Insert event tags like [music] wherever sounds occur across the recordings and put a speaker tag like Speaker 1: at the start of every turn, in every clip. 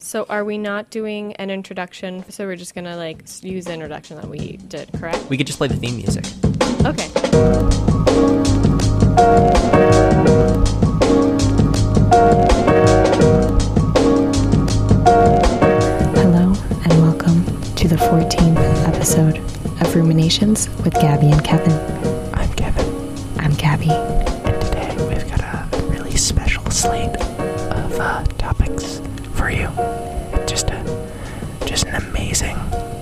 Speaker 1: So are we not doing an introduction? So we're just gonna like s- use the introduction that we did, correct?
Speaker 2: We could just play the theme music.
Speaker 1: Okay.
Speaker 3: Hello and welcome to the 14th episode of Ruminations with Gabby and Kevin.
Speaker 2: I'm Kevin,
Speaker 3: I'm Gabby.
Speaker 2: and today we've got a really special slate of uh, topics for you. Just a, just an amazing,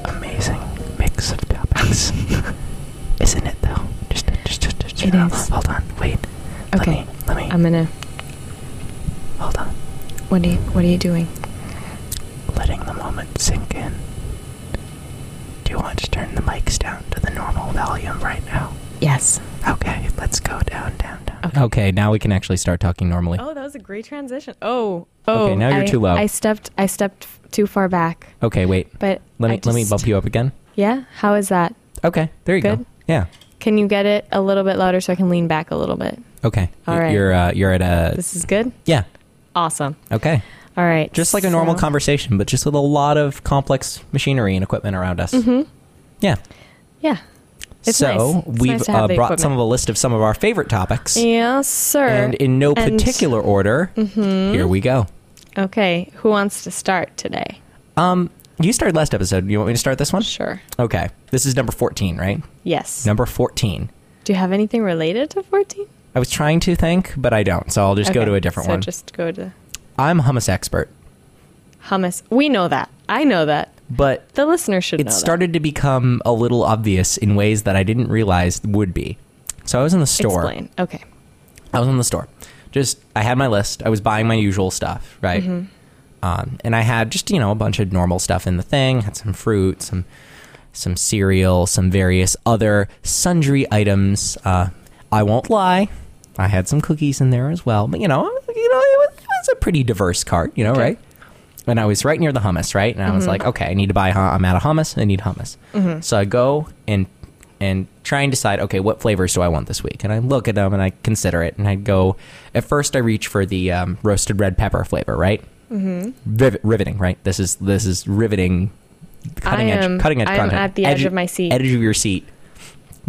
Speaker 2: amazing mix of topics, [laughs] isn't it? Though, just, just, just, just
Speaker 3: It
Speaker 2: hold,
Speaker 3: is.
Speaker 2: hold on, wait. Let
Speaker 3: Okay.
Speaker 2: me, let me
Speaker 3: I'm gonna.
Speaker 2: hold on.
Speaker 3: What are you, what are you doing?
Speaker 2: letting the moment sink in. Do you want to turn the mics down to the normal volume right now?
Speaker 3: Yes.
Speaker 2: Okay, let's go down, down, down.
Speaker 3: Okay.
Speaker 4: now we can actually start talking normally.
Speaker 1: Oh, that was a great transition. Oh, oh.
Speaker 4: Okay, now you're
Speaker 3: I,
Speaker 4: too low.
Speaker 3: I stepped I stepped f- too far back,
Speaker 4: Okay, wait.
Speaker 3: but
Speaker 4: Let
Speaker 3: I
Speaker 4: me let me
Speaker 3: just-
Speaker 4: bump you up again.
Speaker 3: Yeah. How is that?
Speaker 4: Okay, there you
Speaker 3: Good?
Speaker 4: go. Yeah.
Speaker 1: Can you get it a little bit louder so I can lean back a little bit?
Speaker 4: Okay.
Speaker 3: All
Speaker 4: Y-
Speaker 3: right.
Speaker 4: You're uh, you're at a
Speaker 1: This is good.
Speaker 4: yeah.
Speaker 1: Awesome.
Speaker 4: Okay.
Speaker 1: All right.
Speaker 4: Just like a normal
Speaker 1: so-
Speaker 4: conversation, but just with a lot of complex machinery and equipment around us.
Speaker 1: Mhm.
Speaker 4: Yeah.
Speaker 1: Yeah. It's
Speaker 4: so
Speaker 1: nice. It's
Speaker 4: we've
Speaker 1: nice to have
Speaker 4: uh,
Speaker 1: the
Speaker 4: brought some
Speaker 1: equipment.
Speaker 4: of a list of some of our favorite topics,
Speaker 1: Yes, sir.
Speaker 4: and in no
Speaker 1: And- Mm-hmm.
Speaker 4: particular order. Here we go.
Speaker 1: Okay. Who wants to start today?
Speaker 4: Um, you started last episode. You want me to start this one?
Speaker 1: Sure.
Speaker 4: Okay. This is number 14, right?
Speaker 1: Yes.
Speaker 4: Number 14.
Speaker 1: Do you have anything related to 14?
Speaker 4: I was trying to think, but I don't. So I'll just go
Speaker 1: Okay,
Speaker 4: to a different
Speaker 1: so
Speaker 4: one.
Speaker 1: just go to
Speaker 4: I'm a hummus expert,
Speaker 1: hummus. We know that. I know that.
Speaker 4: but
Speaker 1: The listener should know
Speaker 4: it
Speaker 1: that.
Speaker 4: started to become a little obvious in ways that I didn't realize would be. So I was in the store.
Speaker 1: Explain. Okay.
Speaker 4: I was in the store. Just I had my list. I was buying my usual stuff, right?
Speaker 1: Mm-hmm.
Speaker 4: Um, and I had just you know a bunch of normal stuff in the thing. Had some fruit, some some cereal, some various other sundry items. Uh, I won't lie, I had some cookies in there as well. But you know, you know, it was, it was a pretty diverse cart, you know,
Speaker 1: Okay.
Speaker 4: right? And I was right near the hummus, right? And I was like, okay, I need to buy. Hum- I'm out of hummus. I need hummus. So I go and and try and decide, okay, what flavors do I want this week? And I look at them and I consider it. And I go. At first, I reach for the um, roasted red pepper flavor, right? Mm-hmm. Riv- riveting, right? This is this is riveting.
Speaker 1: I
Speaker 4: Cutting
Speaker 1: am-
Speaker 4: edge, cutting edge
Speaker 1: I'm
Speaker 4: content.
Speaker 1: at the edge of my seat.
Speaker 4: Edge of your seat.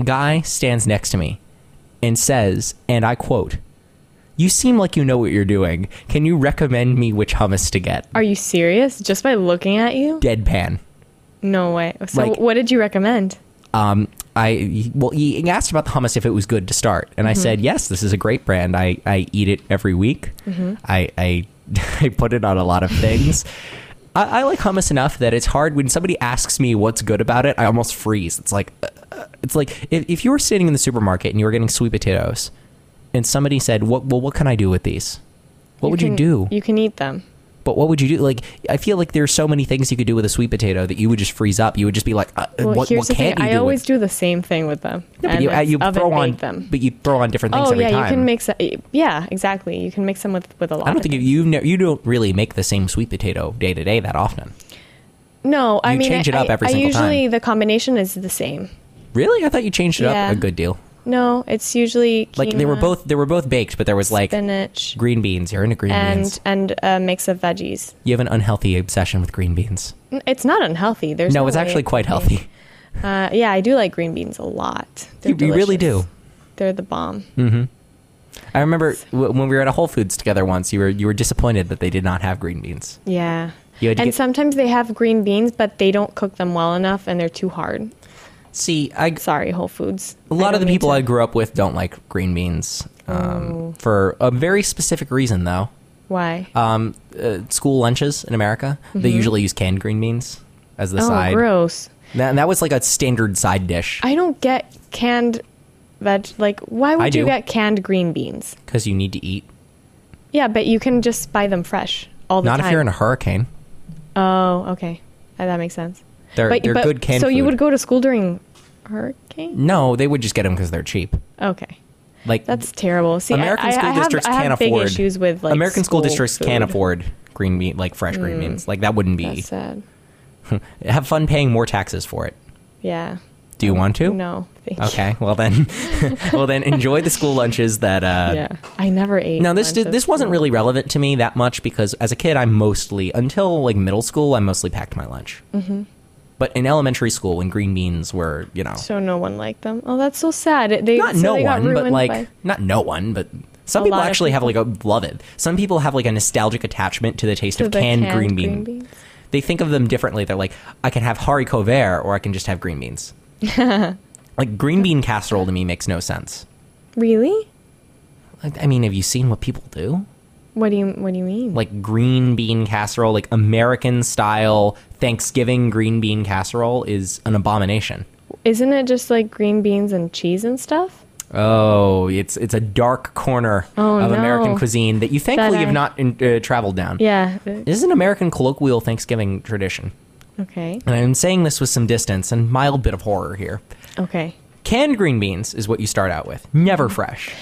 Speaker 4: Guy stands next to me and says, and I quote, "You seem like you know what you're doing. Can you recommend me which hummus to get?"
Speaker 1: Are you serious? Just by looking at you?
Speaker 4: Deadpan.
Speaker 1: No way. So
Speaker 4: Like-
Speaker 1: what did you recommend?
Speaker 4: um, I well, he asked about the hummus if it was good to start, and I
Speaker 1: Mm-hmm.
Speaker 4: said yes. This is a great brand. I, I eat it every week.
Speaker 1: Mm-hmm.
Speaker 4: I, I [laughs] I put it on a lot of things. I, I like hummus enough that it's hard when somebody asks me what's good about it. I almost freeze. It's like uh, uh, it's like if, if you were sitting in the supermarket and you were getting sweet potatoes, and somebody said, "What well, what can I do with these?" What would
Speaker 1: can-
Speaker 4: you do?
Speaker 1: You can eat them.
Speaker 4: but what would you do? Like, I feel like there's so many things you could do with a sweet potato that you would just freeze up. You would just be like, uh,
Speaker 1: Well,
Speaker 4: "What,
Speaker 1: here's
Speaker 4: what
Speaker 1: the
Speaker 4: can't
Speaker 1: thing.
Speaker 4: you
Speaker 1: I
Speaker 4: do?" with
Speaker 1: always do the same thing with them.
Speaker 4: yeah, but
Speaker 1: and
Speaker 4: you, uh,
Speaker 1: it's
Speaker 4: you
Speaker 1: oven
Speaker 4: throw on,
Speaker 1: bake them.
Speaker 4: but you throw on different things
Speaker 1: oh
Speaker 4: every
Speaker 1: yeah,
Speaker 4: time.
Speaker 1: you can make. So, yeah, exactly. You can mix them with with a lot.
Speaker 4: I don't
Speaker 1: of
Speaker 4: think you
Speaker 1: things.
Speaker 4: you, ne- you don't really make the same sweet potato day to day that often.
Speaker 1: No, I
Speaker 4: you
Speaker 1: mean,
Speaker 4: change it
Speaker 1: I-
Speaker 4: up every
Speaker 1: I, I
Speaker 4: single
Speaker 1: usually
Speaker 4: time.
Speaker 1: the combination is the same.
Speaker 4: Really, I thought you changed it
Speaker 1: Yeah.
Speaker 4: up a good deal.
Speaker 1: No, it's usually
Speaker 4: Like they were
Speaker 1: quinoa,
Speaker 4: both they were both baked, but there was like
Speaker 1: spinach
Speaker 4: green beans. You're into green
Speaker 1: and
Speaker 4: beans.
Speaker 1: and a mix of veggies.
Speaker 4: You have an unhealthy obsession with green beans.
Speaker 1: N- It's not unhealthy. There's
Speaker 4: no,
Speaker 1: no
Speaker 4: it's
Speaker 1: way
Speaker 4: actually
Speaker 1: it-
Speaker 4: quite healthy.
Speaker 1: Uh, yeah, I do like green beans a lot. They're
Speaker 4: You, you really
Speaker 1: delicious.
Speaker 4: do. Mm.
Speaker 1: They're the bomb.
Speaker 4: I remember w- when we were at a Whole Foods together once. You were you were disappointed that they did not have green beans.
Speaker 1: Yeah.
Speaker 4: You had
Speaker 1: And
Speaker 4: to get-
Speaker 1: sometimes they have green beans, but they don't cook them well enough, and they're too hard.
Speaker 4: See, I
Speaker 1: Sorry, Whole Foods.
Speaker 4: A lot of the people I grew up with don't like green beans um, for a very specific reason, though.
Speaker 1: Why?
Speaker 4: Um, uh, school lunches in America, they usually use canned green beans as the
Speaker 1: Mm-hmm. oh,
Speaker 4: side.
Speaker 1: gross.
Speaker 4: That, and that was like a standard side dish
Speaker 1: I don't get canned veg. Like, why would you
Speaker 4: do.
Speaker 1: get canned green beans?
Speaker 4: because you need to eat.
Speaker 1: Yeah, but you can just buy them fresh all the
Speaker 4: Not
Speaker 1: time.
Speaker 4: if you're in a hurricane.
Speaker 1: Oh, okay. Uh, That makes sense.
Speaker 4: They're, they're good canned
Speaker 1: So you
Speaker 4: food.
Speaker 1: would go to school during hurricane?
Speaker 4: No, they would just get them because they're cheap.
Speaker 1: Okay.
Speaker 4: Like
Speaker 1: That's terrible. See, I-
Speaker 4: American
Speaker 1: I,
Speaker 4: school
Speaker 1: I have,
Speaker 4: districts
Speaker 1: I have
Speaker 4: can't
Speaker 1: big
Speaker 4: afford
Speaker 1: issues with like
Speaker 4: American school, districts can't
Speaker 1: food. Mm.
Speaker 4: afford green bean like fresh green beans. Like that wouldn't be
Speaker 1: That's sad.
Speaker 4: have fun paying more taxes for it.
Speaker 1: Yeah.
Speaker 4: Do you want to?
Speaker 1: Oh, No, thank you.
Speaker 4: Okay. Well
Speaker 1: [laughs]
Speaker 4: then, [laughs] well then, enjoy the school lunches that. Uh,
Speaker 1: yeah, I never ate.
Speaker 4: No, this
Speaker 1: lunch
Speaker 4: did,
Speaker 1: at
Speaker 4: this wasn't
Speaker 1: school.
Speaker 4: really relevant to me that much because as a kid, I mostly until like middle school, I mostly packed my lunch. Mm-hmm. But in elementary school, when green beans were, you know,
Speaker 1: So no one liked them. Oh, that's so sad. It- They
Speaker 4: not
Speaker 1: so
Speaker 4: no
Speaker 1: they got
Speaker 4: one, but
Speaker 1: ruined
Speaker 4: like
Speaker 1: by-
Speaker 4: not no one, but some
Speaker 1: A
Speaker 4: people
Speaker 1: lot of
Speaker 4: actually have like a love it. Some people have like a nostalgic attachment to the taste
Speaker 1: to
Speaker 4: of
Speaker 1: the
Speaker 4: canned, green, bean.
Speaker 1: green beans.
Speaker 4: They think of them differently. They're like, I can have haricot vert or I can just have green
Speaker 1: [laughs]
Speaker 4: beans. like green bean casserole to me makes no sense.
Speaker 1: Really?
Speaker 4: Like, I mean, have you seen what people do?
Speaker 1: What do you What do you mean?
Speaker 4: Like green bean casserole, like American style Thanksgiving green bean casserole is an abomination.
Speaker 1: Isn't it just like green beans and cheese and stuff?
Speaker 4: Oh, it's it's a dark corner
Speaker 1: Oh,
Speaker 4: of
Speaker 1: no.
Speaker 4: American cuisine that you thankfully
Speaker 1: I-
Speaker 4: have not in, uh, traveled down.
Speaker 1: Yeah.
Speaker 4: This is an American colloquial Thanksgiving tradition,
Speaker 1: Okay.
Speaker 4: and I'm saying this with some distance and mild bit of horror here.
Speaker 1: Okay.
Speaker 4: Canned green beans is what you start out with, never fresh.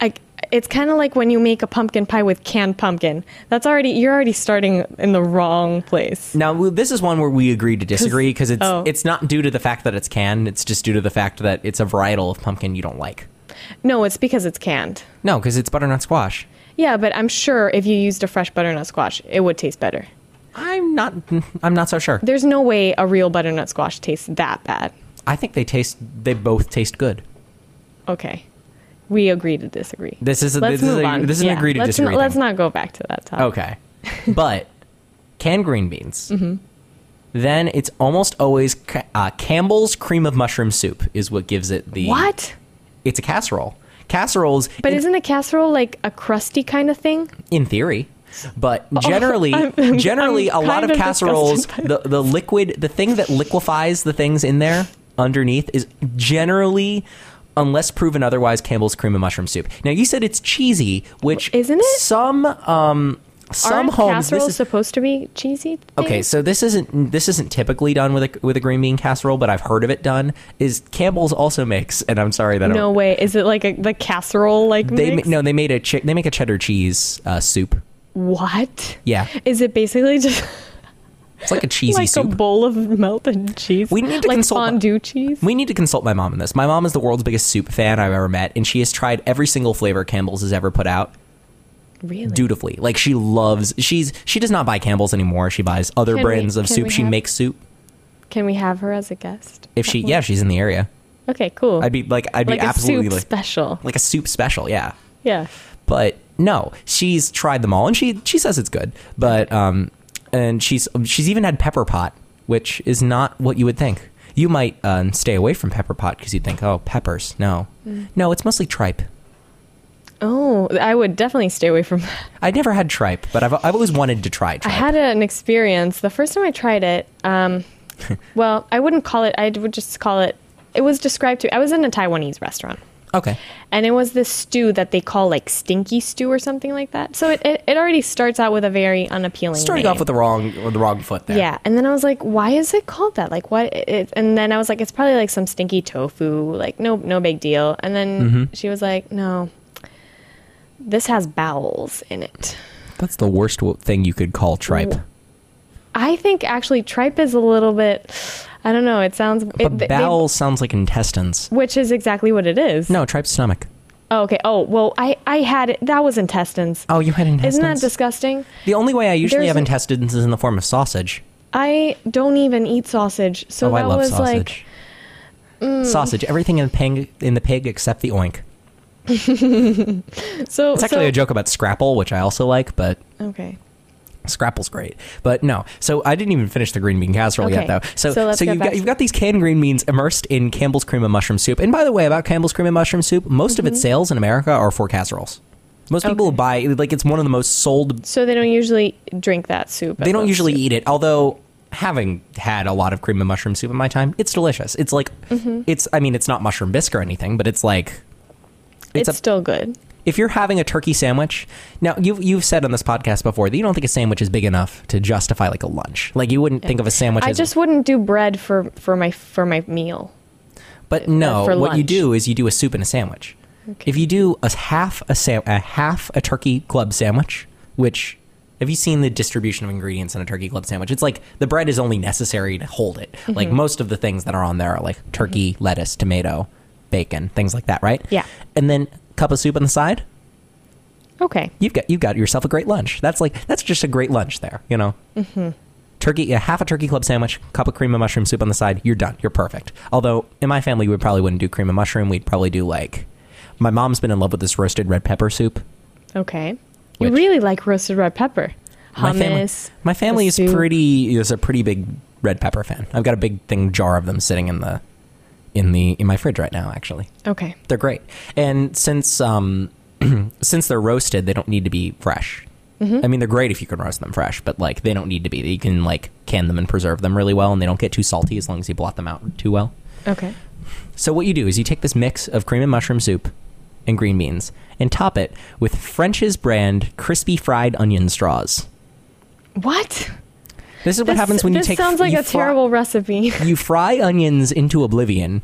Speaker 1: I, it's kind of like when you make a pumpkin pie with canned pumpkin. That's already you're already starting in the wrong place.
Speaker 4: Now, w- this is one where we agree to disagree because it's
Speaker 1: oh.
Speaker 4: it's not due to the fact that it's canned; it's just due to the fact that it's a varietal of pumpkin you don't like.
Speaker 1: No, it's because it's canned.
Speaker 4: No, because it's butternut squash.
Speaker 1: Yeah, but I'm sure if you used a fresh butternut squash, it would taste better.
Speaker 4: I'm not. I'm not so sure.
Speaker 1: There's no way a real butternut squash tastes that bad.
Speaker 4: I think they taste. They both taste good.
Speaker 1: Okay. We agree to disagree.
Speaker 4: This is a-
Speaker 1: Let's
Speaker 4: this is
Speaker 1: move
Speaker 4: a-
Speaker 1: on.
Speaker 4: this is an agree to
Speaker 1: let's
Speaker 4: disagree
Speaker 1: Not, let's
Speaker 4: thing.
Speaker 1: not go back to that topic.
Speaker 4: Okay. [laughs] but canned green beans.
Speaker 1: Mm-hmm.
Speaker 4: Then it's almost always ca- uh, Campbell's cream of mushroom soup is what gives it the
Speaker 1: What?
Speaker 4: It's a casserole. Casseroles,
Speaker 1: But
Speaker 4: in,
Speaker 1: isn't a casserole like a crusty kind of thing?
Speaker 4: in theory, but
Speaker 1: [laughs]
Speaker 4: generally,
Speaker 1: I'm- I'm-
Speaker 4: generally
Speaker 1: I'm
Speaker 4: a lot
Speaker 1: kind
Speaker 4: of
Speaker 1: of
Speaker 4: casseroles,
Speaker 1: disgusted
Speaker 4: the the liquid, the thing that liquefies the things in there underneath is generally. Unless proven otherwise, Campbell's cream of mushroom soup. Now you said it's cheesy, which
Speaker 1: Isn't it?
Speaker 4: Some um, some
Speaker 1: Aren't
Speaker 4: homes this
Speaker 1: casseroles
Speaker 4: is-
Speaker 1: supposed to be cheesy?
Speaker 4: Okay,
Speaker 1: things?
Speaker 4: so this isn't this isn't typically done with a with a green bean casserole, but I've heard of it done. Is Campbell's also makes, and I'm sorry that I
Speaker 1: no
Speaker 4: don't,
Speaker 1: way. Is it like a, the casserole like
Speaker 4: they
Speaker 1: mix?
Speaker 4: ma- no they made a chi- they make a cheddar cheese uh, soup.
Speaker 1: What?
Speaker 4: Yeah,
Speaker 1: Is it basically just
Speaker 4: it's like a cheesy
Speaker 1: like a
Speaker 4: soup.
Speaker 1: bowl of melted cheese?
Speaker 4: We need to
Speaker 1: like
Speaker 4: consult-
Speaker 1: fondue cheese.
Speaker 4: we need to consult my mom on this. My mom is the world's biggest soup fan I've ever met, and she has tried every single flavor Campbell's has ever put out
Speaker 1: really?
Speaker 4: dutifully. Like she loves she's she does not buy Campbell's anymore. She buys other
Speaker 1: Can we-
Speaker 4: brands of
Speaker 1: can
Speaker 4: soup.
Speaker 1: we
Speaker 4: She
Speaker 1: have-
Speaker 4: makes soup
Speaker 1: Can we have her as a guest?
Speaker 4: if she yeah if she's in the area.
Speaker 1: Okay, cool.
Speaker 4: I'd be like I'd
Speaker 1: like
Speaker 4: be
Speaker 1: a
Speaker 4: absolutely
Speaker 1: soup
Speaker 4: like,
Speaker 1: special.
Speaker 4: like a soup special. Yeah.
Speaker 1: Yeah.
Speaker 4: but no, she's tried them all, and she she says it's good. But um, and she's she's even had pepper pot, which is not what you would think. You might um, stay away from pepper pot because you'd think, oh, peppers. No,
Speaker 1: Mm.
Speaker 4: no, it's mostly tripe.
Speaker 1: Oh, I would definitely stay away from that.
Speaker 4: I never had tripe, but I've I've always wanted to try
Speaker 1: I
Speaker 4: tripe.
Speaker 1: had an experience the first time I tried it.
Speaker 4: [laughs]
Speaker 1: Um, well, I wouldn't call it. I would just call it. It was described to. I was in a Taiwanese restaurant,
Speaker 4: okay,
Speaker 1: and it was this stew that they call like stinky stew or something like that. So it, it, it already starts out with a very unappealing.
Speaker 4: starting off with the wrong with the wrong foot there.
Speaker 1: Yeah, and then I was like, why is it called that? Like, what? It, and then I was like, it's probably like some stinky tofu. Like, no, no big deal. And then
Speaker 4: Mm-hmm.
Speaker 1: she was like, no, this has bowels in it.
Speaker 4: that's the worst wo- thing you could call tripe.
Speaker 1: I think actually tripe is a little bit. I don't know. It sounds. It,
Speaker 4: But
Speaker 1: they-
Speaker 4: bowel sounds like intestines.
Speaker 1: which is exactly what it is.
Speaker 4: No, tripe stomach.
Speaker 1: Oh, okay. Oh well, I I had it. That was intestines.
Speaker 4: Oh, you had intestines.
Speaker 1: Isn't that disgusting?
Speaker 4: the only way I usually
Speaker 1: There's
Speaker 4: have
Speaker 1: a-
Speaker 4: intestines is in the form of sausage.
Speaker 1: I don't even eat sausage, so
Speaker 4: oh,
Speaker 1: that
Speaker 4: I love
Speaker 1: was
Speaker 4: sausage.
Speaker 1: mm.
Speaker 4: Sausage. Everything in the pig, in the pig except the oink.
Speaker 1: like so.
Speaker 4: It's actually a joke about Scrapple, which I also like, but
Speaker 1: Okay.
Speaker 4: Scrapple's great. But no, so I didn't even finish the green bean casserole yet,
Speaker 1: Okay.
Speaker 4: though. So,
Speaker 1: So
Speaker 4: so,
Speaker 1: let's go
Speaker 4: you've
Speaker 1: back
Speaker 4: got
Speaker 1: to-
Speaker 4: you've got these canned green beans immersed in Campbell's cream and mushroom soup. And by the way, about Campbell's cream and mushroom soup, most of its sales in America are for casseroles. Most people
Speaker 1: Mm-hmm. Okay.
Speaker 4: buy like it's one of the most sold.
Speaker 1: So they don't usually drink that soup.
Speaker 4: They don't usually eat it, although having had a lot of cream and mushroom soup in my time, it's delicious. It's like
Speaker 1: Mm-hmm.
Speaker 4: it's. I mean, it's not mushroom bisque or anything, but it's like
Speaker 1: It's,
Speaker 4: a-
Speaker 1: still good.
Speaker 4: if you're having a turkey sandwich, now you've you've said on this podcast before that you don't think a sandwich is big enough to justify like a lunch. Like you wouldn't think of a sandwich
Speaker 1: I
Speaker 4: as
Speaker 1: just wouldn't do bread for for my for my meal.
Speaker 4: but no,
Speaker 1: for
Speaker 4: what you
Speaker 1: lunch.
Speaker 4: do is you do a soup and a sandwich. If you do a half a sam- a half a turkey club sandwich, which Have you seen the distribution of ingredients in a turkey club sandwich? It's like the bread is only necessary to hold it.
Speaker 1: Mm-hmm.
Speaker 4: Like most of the things that are on there are like turkey, lettuce, tomato, bacon, things like that, right?
Speaker 1: Yeah.
Speaker 4: And then cup of soup on the side.
Speaker 1: Okay.
Speaker 4: You've got you've got yourself a great lunch. That's like that's just a great lunch there, you know. Mm-hmm. Turkey, a half a turkey club sandwich, cup of cream and mushroom soup on the side. You're done. You're perfect. Although in my family we probably wouldn't do cream and mushroom. We'd probably do like my mom's been in love with this roasted red pepper soup.
Speaker 1: Okay.
Speaker 4: Which-
Speaker 1: You really like roasted red pepper.
Speaker 4: my family,
Speaker 1: Hummus.
Speaker 4: my family
Speaker 1: the
Speaker 4: is
Speaker 1: soup.
Speaker 4: pretty is a pretty big red pepper fan. I've got a big thing jar of them sitting in the in the in my fridge right now. Actually,
Speaker 1: Okay.
Speaker 4: they're great. And since um [clears throat] since they're roasted, they don't need to be fresh.
Speaker 1: Mm-hmm.
Speaker 4: I mean, they're great if you can roast them fresh, but like they don't need to be. You can like can them and preserve them really well, and they don't get too salty as long as you blot them out too well.
Speaker 1: Okay.
Speaker 4: So what you do is you take this mix of cream and mushroom soup and green beans and top it with French's brand crispy fried onion straws.
Speaker 1: What?
Speaker 4: This is what
Speaker 1: This-
Speaker 4: happens when you
Speaker 1: this
Speaker 4: take.
Speaker 1: sounds like
Speaker 4: you
Speaker 1: a
Speaker 4: fry-
Speaker 1: terrible recipe. [laughs]
Speaker 4: [laughs] You fry onions into oblivion,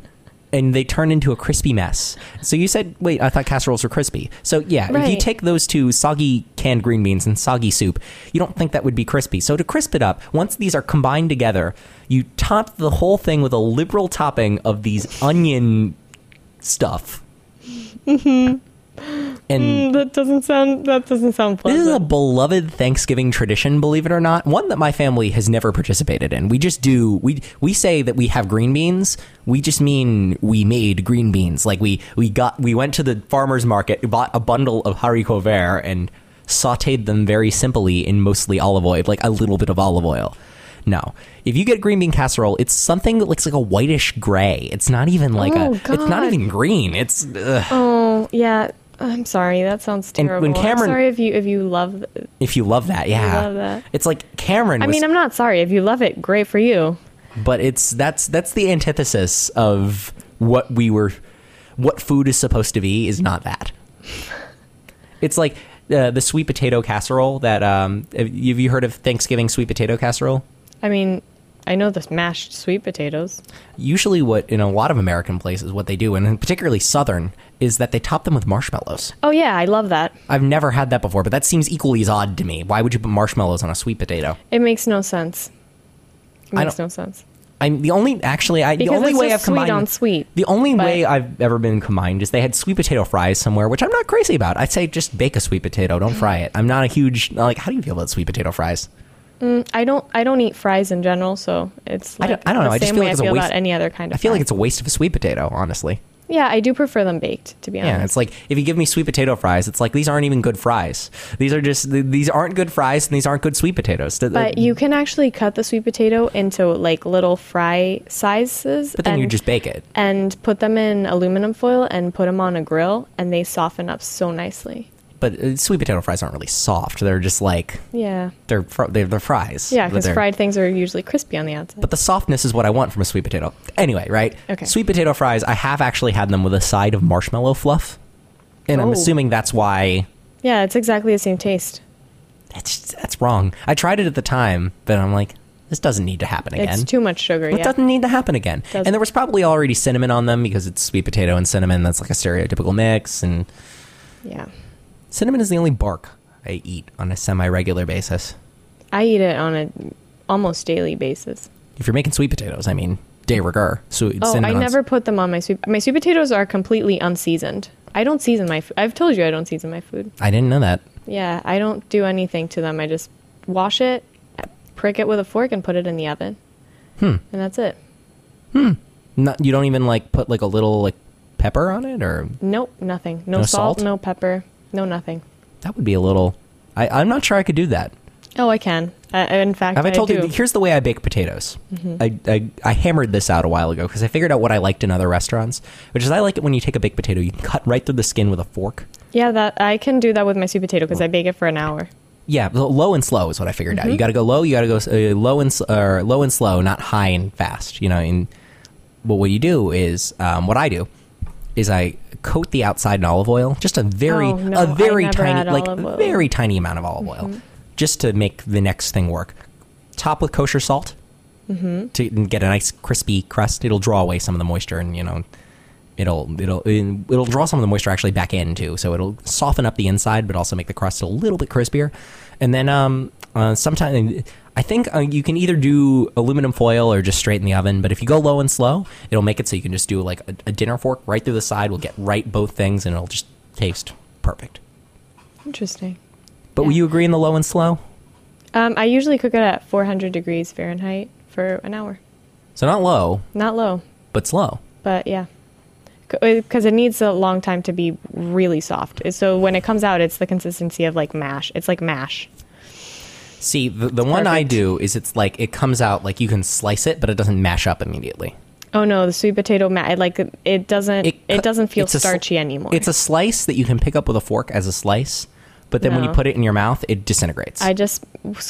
Speaker 4: and they turn into a crispy mess. So you said, "Wait, I thought casseroles were crispy." So yeah, if you
Speaker 1: Right.
Speaker 4: take those two soggy canned green beans and soggy soup, you don't think that would be crispy. So to crisp it up, once these are combined together, you top the whole thing with a liberal topping of these onion stuff. Mm-hmm. And
Speaker 1: that doesn't sound. That doesn't sound
Speaker 4: this
Speaker 1: pleasant.
Speaker 4: is a beloved Thanksgiving tradition, believe it or not. One that my family has never participated in. We just do. We we say that we have green beans. We just mean we made green beans. Like we we got we went to the farmers market, bought a bundle of haricot vert, and sautéed them very simply in mostly olive oil, like a little bit of olive oil. No, if you get green bean casserole, it's something that looks like a whitish gray. It's not even like
Speaker 1: Oh,
Speaker 4: a. It's not
Speaker 1: God.
Speaker 4: even green. It's. ugh.
Speaker 1: oh yeah. I'm sorry. That sounds
Speaker 4: And when
Speaker 1: terrible.
Speaker 4: Cameron-
Speaker 1: I'm sorry if you if you love. th-
Speaker 4: If you love that, yeah,
Speaker 1: love that.
Speaker 4: it's like Cameron.
Speaker 1: I
Speaker 4: was
Speaker 1: mean, I'm not sorry if you love it. Great for you.
Speaker 4: but it's that's that's the antithesis of what we were what food is supposed to be is not that it's like uh, the sweet potato casserole that um have you have you heard of thanksgiving sweet potato casserole
Speaker 1: I mean, I know this mashed sweet potatoes.
Speaker 4: usually what in a lot of american places what they do and particularly southern is that they top them with marshmallows
Speaker 1: Oh yeah, I love that.
Speaker 4: i've never had that before but that seems equally as odd to me why would you put marshmallows on a sweet potato
Speaker 1: It makes no sense. It
Speaker 4: I
Speaker 1: makes
Speaker 4: don't-
Speaker 1: no sense.
Speaker 4: i'm the only actually i the
Speaker 1: Because
Speaker 4: only
Speaker 1: it's
Speaker 4: way
Speaker 1: just
Speaker 4: i've
Speaker 1: sweet
Speaker 4: combined
Speaker 1: on sweet,
Speaker 4: the only
Speaker 1: but-
Speaker 4: way I've ever been combined is they had sweet potato fries somewhere, which I'm not crazy about. I'd say just bake a sweet potato, don't fry it. I'm not a huge like. How do you feel about sweet potato fries?
Speaker 1: I don't. I don't eat fries in general, so it's.
Speaker 4: I
Speaker 1: Like
Speaker 4: don't- I don't know,
Speaker 1: The
Speaker 4: I just
Speaker 1: same
Speaker 4: feel
Speaker 1: way
Speaker 4: like it's a
Speaker 1: I feel
Speaker 4: waste-
Speaker 1: about any other kind of.
Speaker 4: I feel
Speaker 1: fry.
Speaker 4: like it's a waste of a sweet potato, honestly.
Speaker 1: Yeah, I do prefer them baked. To be honest.
Speaker 4: Yeah, it's like if you give me sweet potato fries, it's like these aren't even good fries. These are just th- these aren't good fries and these aren't good sweet potatoes. Th-
Speaker 1: But you can actually cut the sweet potato into like little fry sizes.
Speaker 4: but then
Speaker 1: and,
Speaker 4: you just bake it.
Speaker 1: and put them in aluminum foil and put them on a grill, and they soften up so nicely.
Speaker 4: But uh, sweet potato fries aren't really soft. They're just like
Speaker 1: Yeah,
Speaker 4: they're fr- they're, they're fries.
Speaker 1: yeah,
Speaker 4: but
Speaker 1: because
Speaker 4: they're-
Speaker 1: fried things are usually crispy on the outside.
Speaker 4: But the softness is what I want from a sweet potato. Anyway, right?
Speaker 1: Okay.
Speaker 4: Sweet potato fries, I have actually had them with a side of marshmallow fluff. And I'm
Speaker 1: Oh.
Speaker 4: assuming that's why
Speaker 1: yeah, it's exactly the same taste.
Speaker 4: that's that's wrong. I tried it at the time, but I'm like, this doesn't need to happen again.
Speaker 1: It's too much sugar.
Speaker 4: it
Speaker 1: yeah.
Speaker 4: doesn't need to happen again.
Speaker 1: Doesn't.
Speaker 4: And there was probably already cinnamon on them because it's sweet potato and cinnamon. That's like a stereotypical mix. And
Speaker 1: yeah,
Speaker 4: cinnamon is the only bark I eat on a semi regular basis.
Speaker 1: I eat it on a almost daily basis.
Speaker 4: If you're making sweet potatoes, I mean, de rigueur. So
Speaker 1: Oh, I
Speaker 4: cinnamon on-
Speaker 1: never put them on my sweet. My sweet potatoes are completely unseasoned. I don't season my. F- I've told you I don't season my food.
Speaker 4: I didn't know that.
Speaker 1: Yeah, I don't do anything to them. I just wash it, prick it with a fork, and put it in the oven. Hmm. And that's it.
Speaker 4: Not, you don't even like put like a little like pepper on it or
Speaker 1: Nope, nothing. No,
Speaker 4: No
Speaker 1: salt,
Speaker 4: salt?
Speaker 1: no pepper, no nothing.
Speaker 4: that would be a little I, i'm not sure i could do that
Speaker 1: Oh, I can. I, I- in fact,
Speaker 4: have i told
Speaker 1: do.
Speaker 4: you here's the way i bake potatoes I, I, I hammered this out a while ago because i figured out what i liked in other restaurants which is i like it when you take a baked potato you cut right through the skin with a fork
Speaker 1: Yeah, that I can do that with my sweet potato because I bake it for an hour.
Speaker 4: yeah l- low and slow is what i figured
Speaker 1: Mm-hmm.
Speaker 4: out you gotta go low you gotta go uh, low and s- or low and slow not high and fast you know and but what you do is um, what i do is i coat the outside in olive oil just a very
Speaker 1: Oh, no,
Speaker 4: a
Speaker 1: I
Speaker 4: very
Speaker 1: never add
Speaker 4: tiny like
Speaker 1: olive oil. Mm-hmm.
Speaker 4: very tiny amount of olive oil just to make the next thing work top with kosher salt
Speaker 1: Mm-hmm.
Speaker 4: to and get a nice crispy crust it'll draw away some of the moisture and you know it'll it'll it'll draw some of the moisture actually back in too so it'll soften up the inside but also make the crust a little bit crispier And then um, uh, sometimes I think uh, you can either do aluminum foil or just straight in the oven. But if you go low and slow, it'll make it so you can just do like a, a dinner fork right through the side. We'll get right both things, and it'll just taste perfect.
Speaker 1: Interesting.
Speaker 4: But will
Speaker 1: Yeah.
Speaker 4: you agree in the low and slow?
Speaker 1: Um, I usually cook it at 400 degrees Fahrenheit for an hour.
Speaker 4: So not low,
Speaker 1: Not low,
Speaker 4: but slow.
Speaker 1: but yeah. Because it needs a long time to be really soft. So when it comes out, it's the consistency of like mash. It's like mash.
Speaker 4: See, the, the one I
Speaker 1: perfect.
Speaker 4: do is it's like it comes out like you can slice it, but it doesn't mash up immediately.
Speaker 1: Oh no, the sweet potato mash. It, like it doesn't. It,
Speaker 4: cu-
Speaker 1: doesn't feel
Speaker 4: it's a sl-
Speaker 1: starchy anymore.
Speaker 4: It's a slice that you can pick up with a fork as a slice, but then when you
Speaker 1: No.
Speaker 4: put it in your mouth, it disintegrates.
Speaker 1: I just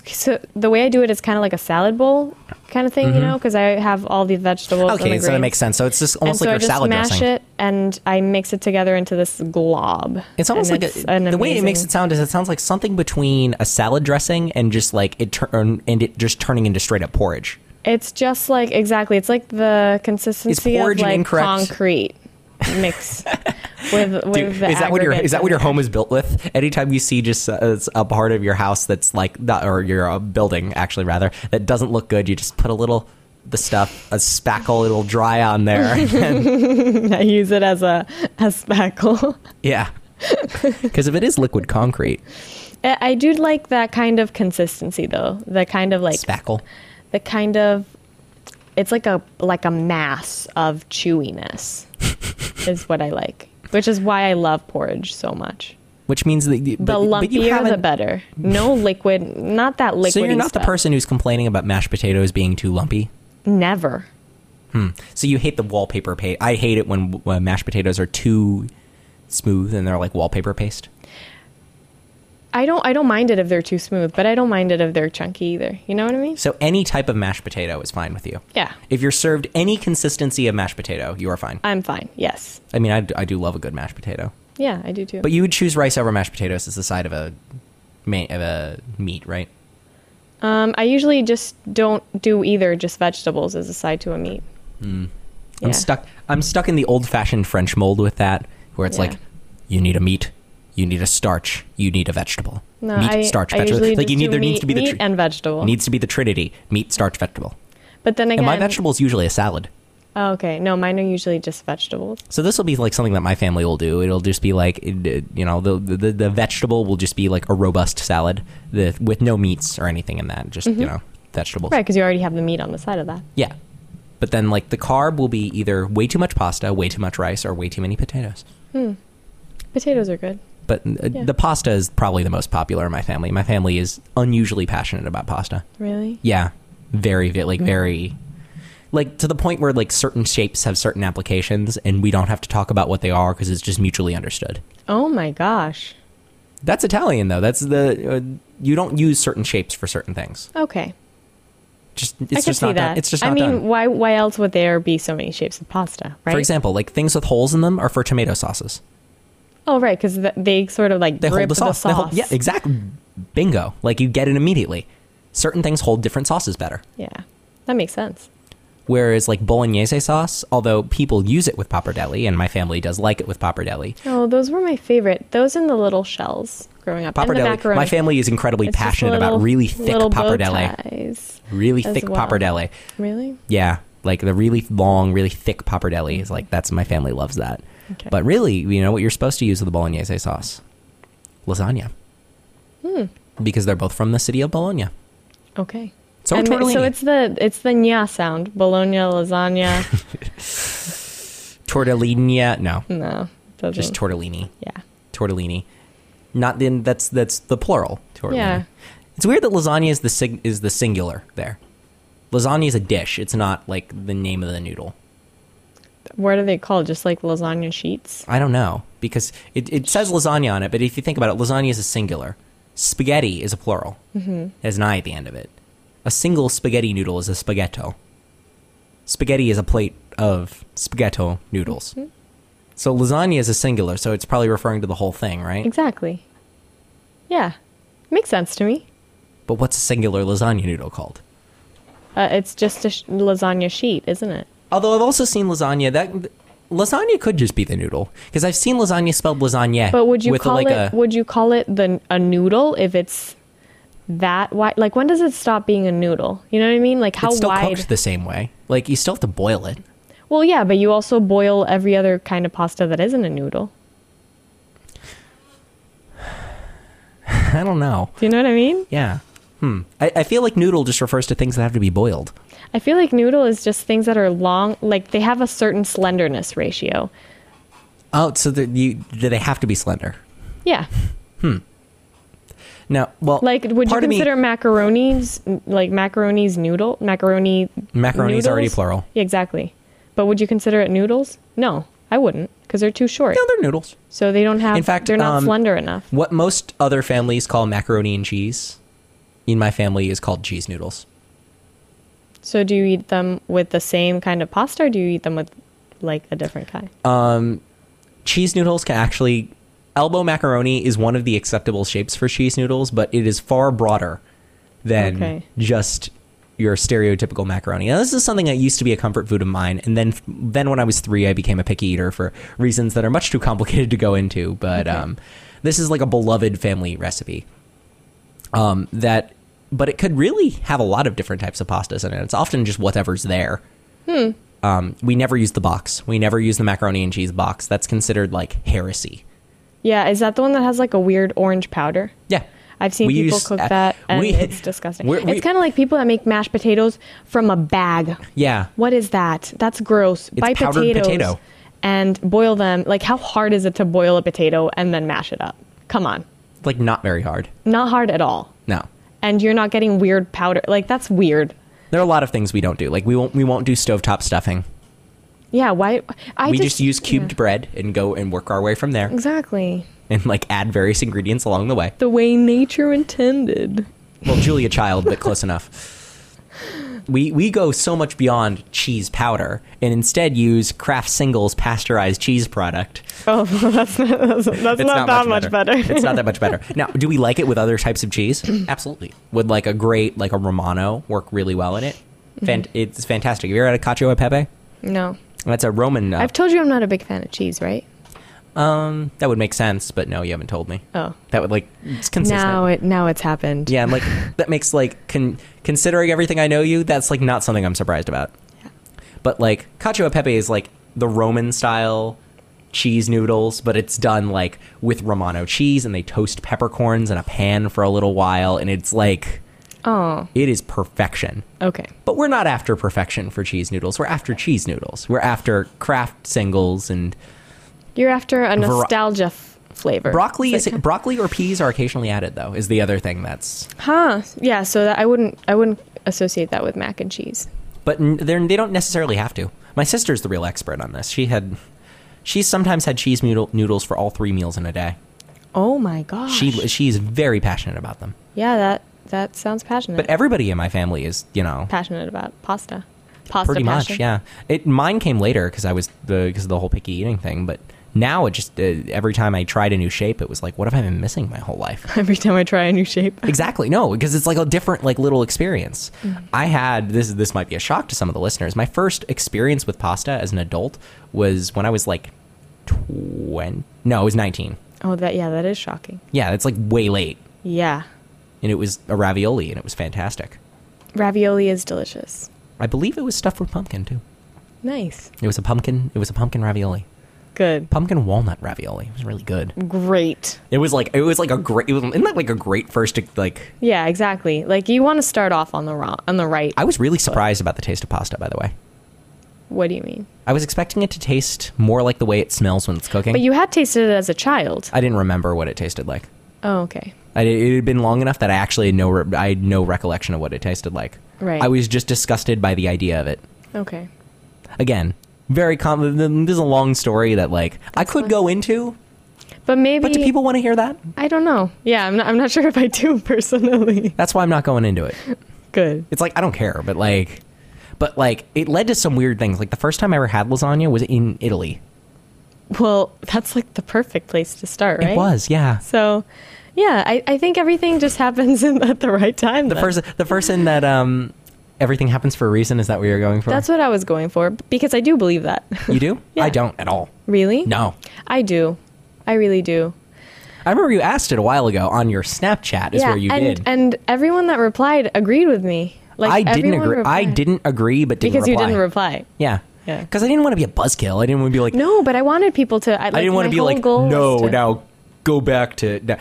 Speaker 1: so the way I do it is kind of like a salad bowl kind of thing, you know, because I have all the vegetables. and
Speaker 4: Mm-hmm. okay,
Speaker 1: the
Speaker 4: so that
Speaker 1: grains.
Speaker 4: makes sense. So it's just
Speaker 1: and
Speaker 4: almost like
Speaker 1: so I
Speaker 4: your
Speaker 1: just
Speaker 4: salad
Speaker 1: mash
Speaker 4: dressing.
Speaker 1: it and I mix it together into this glob.
Speaker 4: It's almost
Speaker 1: And
Speaker 4: like
Speaker 1: it's
Speaker 4: a, the
Speaker 1: an
Speaker 4: way it makes
Speaker 1: amazing-
Speaker 4: it sound is it sounds like something between a salad dressing and just like it turn and it just turning into straight up porridge.
Speaker 1: It's just like exactly. It's like the consistency of
Speaker 4: porridge an
Speaker 1: like
Speaker 4: incorrect-
Speaker 1: concrete
Speaker 4: [laughs]
Speaker 1: mix with with
Speaker 4: Dude,
Speaker 1: the
Speaker 4: is that what your
Speaker 1: aggregate
Speaker 4: is that
Speaker 1: of
Speaker 4: what your
Speaker 1: it.
Speaker 4: home is built with? Anytime you see just uh, it's a part of your house that's like not, or your uh, building actually rather that doesn't look good, you just put a little the stuff a spackle, it'll dry on there.
Speaker 1: [laughs] I use it as a a spackle. [laughs]
Speaker 4: yeah, because if it is liquid concrete,
Speaker 1: I I do like that kind of consistency though. The kind of like
Speaker 4: spackle.
Speaker 1: the kind of it's like a like a mass of
Speaker 4: [laughs]
Speaker 1: chewiness is what I like, which is why I love porridge so much.
Speaker 4: Which means that you-
Speaker 1: The
Speaker 4: but, but you
Speaker 1: lumpier the
Speaker 4: haven't-
Speaker 1: better. No liquid, not that liquid.
Speaker 4: So you're not the
Speaker 1: stuff.
Speaker 4: person who's complaining about mashed potatoes being too lumpy.
Speaker 1: Never.
Speaker 4: So you hate the wallpaper paste. I hate it when, when mashed potatoes are too smooth and they're like wallpaper paste.
Speaker 1: I don't. I don't mind it if they're too smooth, but I don't mind it if they're chunky either. You know what I mean?
Speaker 4: So any type of mashed potato is fine with you.
Speaker 1: Yeah.
Speaker 4: If you're served any consistency of mashed potato, you are fine.
Speaker 1: I'm fine. Yes.
Speaker 4: I mean, I, d- I do love a good mashed potato,
Speaker 1: Yeah, I do too.
Speaker 4: but you would choose rice over mashed potatoes as the side of a ma of a meat, right?
Speaker 1: um, I usually just don't do either. Just vegetables as a side to a meat.
Speaker 4: I'm
Speaker 1: Yeah.
Speaker 4: stuck. I'm stuck in the old-fashioned French mold with that, where it's
Speaker 1: Yeah.
Speaker 4: like, you need a meat, you need a starch, you need a vegetable.
Speaker 1: No,
Speaker 4: meat,
Speaker 1: I,
Speaker 4: starch,
Speaker 1: I
Speaker 4: vegetable.
Speaker 1: usually
Speaker 4: like
Speaker 1: just
Speaker 4: you need
Speaker 1: do
Speaker 4: there
Speaker 1: meat,
Speaker 4: needs to be the
Speaker 1: meat
Speaker 4: tr-
Speaker 1: and vegetable.
Speaker 4: needs to be the trinity: meat, starch, vegetable.
Speaker 1: but then again,
Speaker 4: And my vegetable is usually a salad.
Speaker 1: Oh, okay, no, mine are usually just vegetables.
Speaker 4: So this will be like something that my family will do. It'll just be like it- it- you know the, the the vegetable will just be like a robust salad the, with no meats or anything in that. Just you know vegetables.
Speaker 1: Mm-hmm. Right, because you already have the meat on the side of that.
Speaker 4: Yeah. But then like the carb will be either way too much pasta, way too much rice, or way too many potatoes.
Speaker 1: Potatoes are good.
Speaker 4: But uh,
Speaker 1: Yeah.
Speaker 4: the pasta is probably the most popular in my family. My family is unusually passionate about pasta.
Speaker 1: Really?
Speaker 4: Yeah, very vi- like very like to the point where like certain shapes have certain applications, and we don't have to talk about what they are because it's just mutually understood.
Speaker 1: Oh my gosh.
Speaker 4: That's Italian though. That's the uh, you don't use certain shapes for certain things.
Speaker 1: Okay.
Speaker 4: Just
Speaker 1: I
Speaker 4: it's
Speaker 1: can
Speaker 4: just
Speaker 1: see
Speaker 4: not
Speaker 1: that.
Speaker 4: done. It's just
Speaker 1: I
Speaker 4: not
Speaker 1: mean,
Speaker 4: done.
Speaker 1: why why else would there be so many shapes of pasta, right?
Speaker 4: For example, like things with holes in them are for tomato sauces.
Speaker 1: Oh, right, because th- they sort of like
Speaker 4: They
Speaker 1: grip
Speaker 4: hold the sauce. They hold- yeah, exactly. Bingo. Like you get it immediately. Certain things hold different sauces better.
Speaker 1: Yeah. That makes sense.
Speaker 4: Whereas like bolognese sauce, although people use it with pappardelle, and my family does like it with pappardelle.
Speaker 1: Oh, those were my favorite. Those and the little shells growing up. And the
Speaker 4: Pappardelle.
Speaker 1: macaroni.
Speaker 4: My family is incredibly
Speaker 1: It's just
Speaker 4: passionate about
Speaker 1: little-
Speaker 4: really thick
Speaker 1: little bow
Speaker 4: pappardelle.
Speaker 1: ties
Speaker 4: Really
Speaker 1: as
Speaker 4: thick
Speaker 1: well.
Speaker 4: pappardelle.
Speaker 1: Really?
Speaker 4: Yeah, like the really long, really thick pappardelle is like that's my family loves that.
Speaker 1: Okay.
Speaker 4: But really, you know what you're supposed to use with the bolognese sauce? Lasagna.
Speaker 1: Hmm.
Speaker 4: Because they're both from the city of Bologna.
Speaker 1: Okay.
Speaker 4: So we're
Speaker 1: And
Speaker 4: tortellini.
Speaker 1: so it's the it's the nya sound. Bologna, lasagna.
Speaker 4: [laughs] tortellini. No,
Speaker 1: no, doesn't.
Speaker 4: just tortellini.
Speaker 1: yeah.
Speaker 4: Tortellini. Not then. That's that's the plural. Tortellini.
Speaker 1: Yeah.
Speaker 4: It's weird that lasagna is the sig- is the singular there. Lasagna is a dish. It's not like the name of the noodle.
Speaker 1: What are they called? Just like lasagna sheets.
Speaker 4: I don't know because it, it says lasagna on it, but if you think about it, lasagna is a singular. Spaghetti is a plural. Mm-hmm. It has an i at the end of it. A single spaghetti noodle is a spaghetto. Spaghetti is a plate of spaghetto noodles. So lasagna is a singular, so it's probably referring to the whole thing, right?
Speaker 1: Exactly. Yeah, makes sense to me.
Speaker 4: But what's a singular lasagna noodle called?
Speaker 1: Uh, it's just a sh- lasagna sheet, isn't it?
Speaker 4: Although I've also seen lasagna that lasagna could just be the noodle because I've seen lasagna spelled lasagna.
Speaker 1: But would you
Speaker 4: with
Speaker 1: call
Speaker 4: like
Speaker 1: it?
Speaker 4: a
Speaker 1: would you call it the a noodle if it's that wide? Like, when does it stop being a noodle? You know what I mean? Like, how
Speaker 4: it's still
Speaker 1: wide?
Speaker 4: cooked the same way. Like you still have to boil it. [laughs]
Speaker 1: well, yeah, but you also boil every other kind of pasta that isn't a noodle.
Speaker 4: I don't know.
Speaker 1: Do you know what I mean?
Speaker 4: Yeah. Hmm. I, I feel like noodle just refers to things that have to be boiled.
Speaker 1: I feel like noodle is just things that are long, like they have a certain slenderness ratio.
Speaker 4: Oh, so that you do they have to be slender?
Speaker 1: Yeah.
Speaker 4: No. Well,
Speaker 1: Like, would you
Speaker 4: part of me-
Speaker 1: consider macaroni's like macaroni's noodle macaroni?
Speaker 4: Macaroni's already
Speaker 1: noodles?
Speaker 4: plural.
Speaker 1: Yeah, exactly. But would you consider it noodles? No, I wouldn't, because they're too short.
Speaker 4: no, they're noodles.
Speaker 1: so they don't have.
Speaker 4: In fact,
Speaker 1: they're not
Speaker 4: um,
Speaker 1: slender enough.
Speaker 4: What most other families call macaroni and cheese, in my family is called cheese noodles.
Speaker 1: So do you eat them with the same kind of pasta, or do you eat them with like a different kind?
Speaker 4: Uh, Cheese noodles can actually elbow macaroni is one of the acceptable shapes for cheese noodles, but it is far broader than
Speaker 1: Okay.
Speaker 4: just your stereotypical macaroni. Now, this is something that used to be a comfort food of mine, and then then when I was three, I became a picky eater for reasons that are much too complicated to go into. But um, this is like a beloved family recipe. um, that but it could really have a lot of different types of pastas in it it's often just whatever's there um, we never use the box we never use the macaroni and cheese box that's considered like heresy
Speaker 1: yeah, is that the one that has like a weird orange powder?
Speaker 4: yeah
Speaker 1: I've seen
Speaker 4: We
Speaker 1: people
Speaker 4: use-
Speaker 1: cook
Speaker 4: uh, [laughs]
Speaker 1: that, and
Speaker 4: we-
Speaker 1: it's disgusting.
Speaker 4: we're- we-
Speaker 1: it's kind of like people that make mashed potatoes from a bag.
Speaker 4: yeah
Speaker 1: What is that? That's gross. Buy
Speaker 4: powdered
Speaker 1: potatoes
Speaker 4: potato.
Speaker 1: and boil them. Like, how hard is it to boil a potato and then mash it up? Come on,
Speaker 4: like not very hard
Speaker 1: not hard at all.
Speaker 4: no
Speaker 1: And you're not getting weird powder. Like, that's weird.
Speaker 4: there are a lot of things we don't do like we won't we won't do stovetop stuffing
Speaker 1: Yeah, why? I
Speaker 4: we
Speaker 1: just,
Speaker 4: just, use cubed bread and go and work our way from there
Speaker 1: exactly
Speaker 4: and like add various ingredients along the way
Speaker 1: the way nature intended.
Speaker 4: well julia child but close enough we we go so much beyond cheese powder and instead use kraft singles pasteurized cheese product
Speaker 1: Oh, that's not, that's, that's not, that much better.
Speaker 4: it's not that
Speaker 1: [laughs]
Speaker 4: much better now do we like it with other types of cheese [clears throat] absolutely would like a great like a romano work really well in it
Speaker 1: Mm-hmm.
Speaker 4: Fan- it's fantastic have you ever had a cacio e pepe
Speaker 1: no,
Speaker 4: that's a roman uh,
Speaker 1: I've told you I'm not a big fan of cheese, right?
Speaker 4: um that would make sense but no you haven't told me
Speaker 1: Oh.
Speaker 4: that would like it's consistent
Speaker 1: Now it now it's happened.
Speaker 4: Yeah,
Speaker 1: [laughs]
Speaker 4: I'm like that makes like con- considering everything I know you, that's like not something I'm surprised about. But like cacio e pepe is like the Roman style cheese noodles, but it's done like with Romano cheese, and they toast peppercorns in a pan for a little while, and it's like
Speaker 1: Oh,
Speaker 4: it is perfection.
Speaker 1: okay.
Speaker 4: But we're not after perfection for cheese noodles. We're after cheese noodles. We're after craft singles and
Speaker 1: You're after a
Speaker 4: Var-
Speaker 1: nostalgia f- flavor.
Speaker 4: broccoli.
Speaker 1: It's
Speaker 4: Is
Speaker 1: like-
Speaker 4: broccoli or peas are occasionally added though? Is the other thing that's
Speaker 1: Huh? Yeah. So that I wouldn't I wouldn't associate that with mac and cheese.
Speaker 4: but n- they're, they don't necessarily have to. My sister's the real expert on this. She had, she sometimes had cheese noodle, noodles for all three meals in a day.
Speaker 1: Oh my gosh.
Speaker 4: She she's very passionate about them.
Speaker 1: yeah. That that sounds passionate.
Speaker 4: But everybody in my family is, you know,
Speaker 1: passionate about pasta. Pasta.
Speaker 4: pretty
Speaker 1: passion.
Speaker 4: much, yeah. It mine came later because I was the because of the whole picky eating thing. But now it just uh, every time I tried a new shape, it was like, what have I been missing my whole
Speaker 1: [laughs]
Speaker 4: life?
Speaker 1: Every time I try a new [laughs] shape.
Speaker 4: Exactly. No, because it's like a different like little experience.
Speaker 1: Mm-hmm.
Speaker 4: I had this this might be a shock to some of the listeners. My first experience with pasta as an adult was when I was like 20 No, I was 19.
Speaker 1: Oh, that yeah, that is shocking.
Speaker 4: Yeah, it's like way late.
Speaker 1: Yeah,
Speaker 4: And it was a ravioli and it was fantastic.
Speaker 1: ravioli is delicious.
Speaker 4: I believe it was stuffed with pumpkin too.
Speaker 1: Nice.
Speaker 4: It was a pumpkin, it was a pumpkin ravioli.
Speaker 1: Good.
Speaker 4: Pumpkin walnut ravioli. It was really good.
Speaker 1: Mm. Great.
Speaker 4: It was like it was like a great it was, isn't that like a great first like
Speaker 1: Yeah, exactly. Like you want to start off on the wrong, on the right.
Speaker 4: I was really surprised about the taste of pasta by the way.
Speaker 1: what do you mean?
Speaker 4: I was expecting it to taste more like the way it smells when it's cooking.
Speaker 1: But you had tasted it as a child.
Speaker 4: I didn't remember what it tasted like.
Speaker 1: Oh, okay.
Speaker 4: I, it had been long enough that I actually had no re- I had no recollection of what it tasted like.
Speaker 1: Right.
Speaker 4: I was just disgusted by the idea of it.
Speaker 1: Okay.
Speaker 4: Again, very common. This is a long story that like I could go into,
Speaker 1: But maybe.
Speaker 4: but do people want to hear that?
Speaker 1: I don't know. Yeah, I'm not, I'm not [laughs] sure if I do personally. [laughs]
Speaker 4: That's why I'm not going into it.
Speaker 1: Good.
Speaker 4: It's like I don't care, but like, but like it led to some weird things. Like the first time I ever had lasagna was in Italy.
Speaker 1: Well, that's like the perfect place to start, right?
Speaker 4: It was, yeah.
Speaker 1: So, yeah, I, I think everything just [laughs] happens in, at the right time.
Speaker 4: The first, the person that um, everything happens for a reason. Is that what you're going for?
Speaker 1: That's what I was going for because I do believe that. [laughs]
Speaker 4: you do.
Speaker 1: Yeah.
Speaker 4: I don't at all.
Speaker 1: really?
Speaker 4: No.
Speaker 1: I do. I really do.
Speaker 4: I remember you asked it a while ago on your Snapchat. Is where you
Speaker 1: and,
Speaker 4: did.
Speaker 1: and everyone that replied agreed with me. Like
Speaker 4: I didn't
Speaker 1: everyone
Speaker 4: agree. I
Speaker 1: replied.
Speaker 4: didn't agree, but didn't
Speaker 1: because
Speaker 4: reply.
Speaker 1: you didn't reply.
Speaker 4: Yeah,
Speaker 1: Yeah.
Speaker 4: Because I didn't want to be a buzzkill. I didn't want to be like.
Speaker 1: No, but I wanted people to. I, like,
Speaker 4: I didn't want
Speaker 1: my
Speaker 4: to be
Speaker 1: whole
Speaker 4: like.
Speaker 1: goal was
Speaker 4: No,
Speaker 1: to-
Speaker 4: now go back to. No,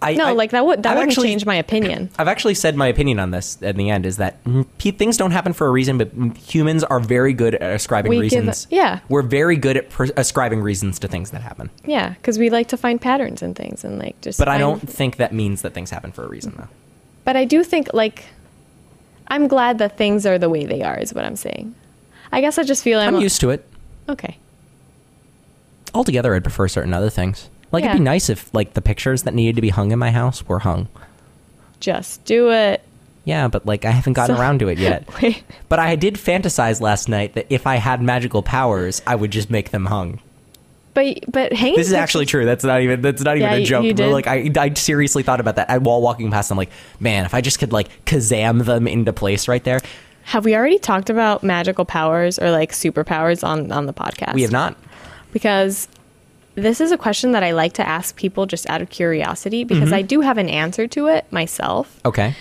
Speaker 4: I,
Speaker 1: no.
Speaker 4: I-
Speaker 1: like that would that
Speaker 4: I've
Speaker 1: wouldn't
Speaker 4: actually-
Speaker 1: change my opinion.
Speaker 4: I've actually said my opinion on this at the end is that mm, pe- things don't happen for a reason, but mm, humans are very good at ascribing
Speaker 1: We give-
Speaker 4: reasons.
Speaker 1: yeah.
Speaker 4: We're very good at pres- ascribing reasons to things that happen.
Speaker 1: Yeah, because we like to find patterns in things and like just.
Speaker 4: But I
Speaker 1: find-
Speaker 4: don't think that means that things happen for a reason, though.
Speaker 1: But I do think like, I'm glad that things are the way they are. Is what I'm saying. I guess I just feel I'm,
Speaker 4: I'm used to it.
Speaker 1: Okay.
Speaker 4: Altogether, I'd prefer certain other things. Like, it'd be
Speaker 1: Yeah.
Speaker 4: nice if, like, the pictures that needed to be hung in my house were hung.
Speaker 1: Just do it. [laughs]
Speaker 4: Yeah, but, like, I haven't gotten
Speaker 1: So-
Speaker 4: around to it yet.
Speaker 1: [laughs] Wait.
Speaker 4: But I did fantasize last night that if I had magical powers, I would just make them hung.
Speaker 1: But but hanging.
Speaker 4: This is actually true. That's not even that's not even
Speaker 1: Yeah,
Speaker 4: a
Speaker 1: you-
Speaker 4: joke.
Speaker 1: you
Speaker 4: But,
Speaker 1: did.
Speaker 4: Like I, I seriously thought about that I, while walking past. I'm like, man, if I just could like kazam them into place right there.
Speaker 1: Have we already talked about magical powers or like superpowers on on the podcast?
Speaker 4: We have not.
Speaker 1: because this is a question that I like to ask people just out of curiosity because
Speaker 4: Mm-hmm.
Speaker 1: I do have an answer to it myself.
Speaker 4: Okay.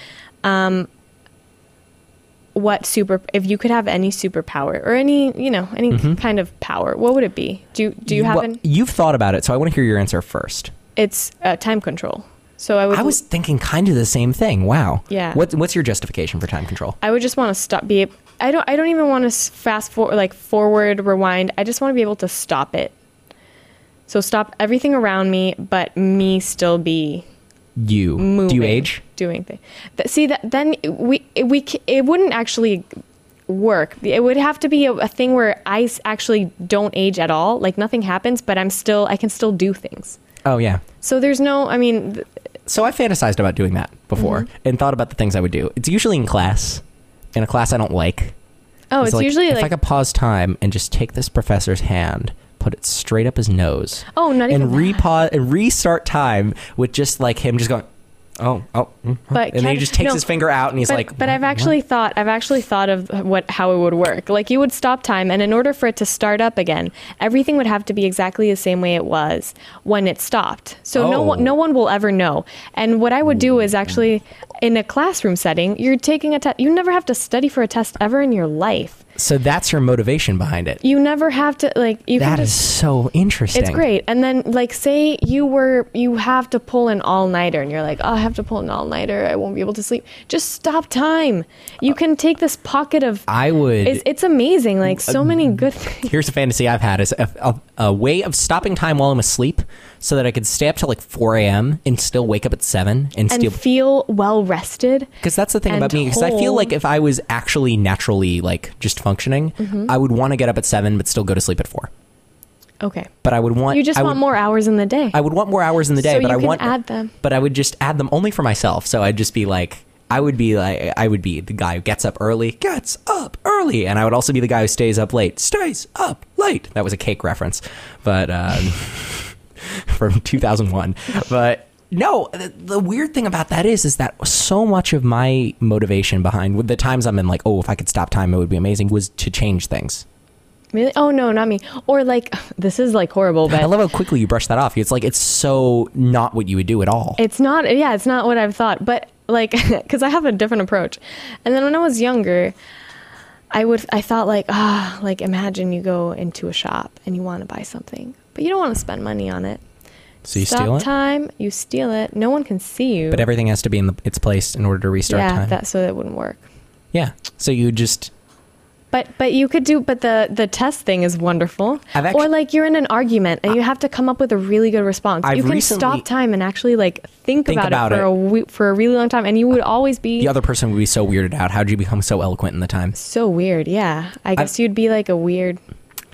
Speaker 1: What super if you could have any superpower or any, you know, any kind of power, what would it be? Do you do you have
Speaker 4: Mm-hmm. Well,
Speaker 1: an
Speaker 4: you've thought about it, so I want to hear your answer first.
Speaker 1: it's uh, time control. So I would
Speaker 4: I
Speaker 1: I,
Speaker 4: was thinking kind of the same thing. Wow.
Speaker 1: Yeah.
Speaker 4: What, what's your justification for time control?
Speaker 1: would just want to stop be ab- I don't I don't even want to fast forward like forward rewind. I just want to be able to stop it. So stop everything around me but me still be
Speaker 4: You do you
Speaker 1: moving,
Speaker 4: age?
Speaker 1: doing things. Th- see that then we it- we c- it wouldn't actually work. It would have to be a, a thing where I s- actually don't age at all. Like nothing happens, but I'm still I can still do things.
Speaker 4: Oh yeah.
Speaker 1: So there's no. I mean, th-
Speaker 4: So I fantasized about doing that before
Speaker 1: Mm-hmm.
Speaker 4: and thought about the things I would do. It's usually in class, in a class I don't like.
Speaker 1: oh, it's,
Speaker 4: like,
Speaker 1: usually
Speaker 4: if I
Speaker 1: like
Speaker 4: could pause time and just take this professor's hand, put it straight up his nose.
Speaker 1: Oh, not
Speaker 4: and
Speaker 1: even that.
Speaker 4: repause and restart time with just like him just going, oh, oh, mm, huh,"
Speaker 1: But
Speaker 4: and then he
Speaker 1: Ken-
Speaker 4: just takes
Speaker 1: no,
Speaker 4: his finger out and he's
Speaker 1: but,
Speaker 4: like,
Speaker 1: but
Speaker 4: "What,
Speaker 1: I've
Speaker 4: what?"
Speaker 1: actually thought I've actually thought of what how it would work. Like you would stop time, and in order for it to start up again, everything would have to be exactly the same way it was when it stopped. So no
Speaker 4: Oh. Mm.
Speaker 1: one no one will ever know. And what I would do is actually in a classroom setting, you're taking a test. You never have to study for a test ever in your life.
Speaker 4: So that's your motivation behind it.
Speaker 1: You never have to like you can
Speaker 4: That is
Speaker 1: just
Speaker 4: so interesting.
Speaker 1: it's great. And then like say you were you have to pull an all nighter and you're like, "Oh, I have to pull an all nighter. I won't be able to sleep." Just stop time. You can take this pocket of
Speaker 4: I would. Uh,
Speaker 1: it's, it's amazing. Like so many good things.
Speaker 4: here's a fantasy I've had is a, a, a way of stopping time while I'm asleep, so that I could stay up till like 4 a.m. and still wake up at seven
Speaker 1: And
Speaker 4: and, still
Speaker 1: feel well rested.
Speaker 4: Because that's the thing
Speaker 1: and
Speaker 4: about me. Because I feel
Speaker 1: whole.
Speaker 4: like if I was actually naturally like just functioning,
Speaker 1: Mm-hmm.
Speaker 4: I would want to get up at seven, but still go to sleep at four.
Speaker 1: Okay.
Speaker 4: But I would want
Speaker 1: You just
Speaker 4: I
Speaker 1: want
Speaker 4: would-
Speaker 1: more hours in the day.
Speaker 4: I would want more hours in the day,
Speaker 1: So
Speaker 4: but
Speaker 1: you
Speaker 4: I
Speaker 1: can
Speaker 4: want
Speaker 1: add them.
Speaker 4: But I would just add them only for myself. So I'd just be like, I would be like, I would be the guy who gets up early, gets up early, and I would also be the guy who stays up late, stays up late. That was a cake reference, but um, [laughs] from 2001. But no, the, the weird thing about that is, is that so much of my motivation behind with the times I'm in, like, oh, if I could stop time, it would be amazing, was to change things.
Speaker 1: really? Oh no, not me. Or like [laughs] this is like horrible,
Speaker 4: I
Speaker 1: but
Speaker 4: love how quickly you brush that off. It's like it's so not what you would do at all.
Speaker 1: It's not, yeah, it's not what I've thought, but like, [laughs] because I have a different approach. And then when I was younger, I would, I thought like, ah, like imagine you go into a shop and you want to buy something, but you don't want to spend money on it.
Speaker 4: so you
Speaker 1: Stop
Speaker 4: steal it.
Speaker 1: time, you steal it. No one can see you.
Speaker 4: But everything has to be in the, its place in order to restart
Speaker 1: yeah,
Speaker 4: time.
Speaker 1: that so that wouldn't work.
Speaker 4: yeah. So you just
Speaker 1: But but you could do but the the test thing is wonderful.
Speaker 4: I've actu-
Speaker 1: or like you're in an argument and you have to come up with a really good response.
Speaker 4: I've
Speaker 1: you can
Speaker 4: recently-
Speaker 1: stop time and actually like think,
Speaker 4: Think
Speaker 1: about,
Speaker 4: about
Speaker 1: it for
Speaker 4: it.
Speaker 1: a we- for a really long time, and you would always be
Speaker 4: the other person would be so weirded out. How'd you become so eloquent in the time?
Speaker 1: So weird, yeah. I guess you'd be like a weird,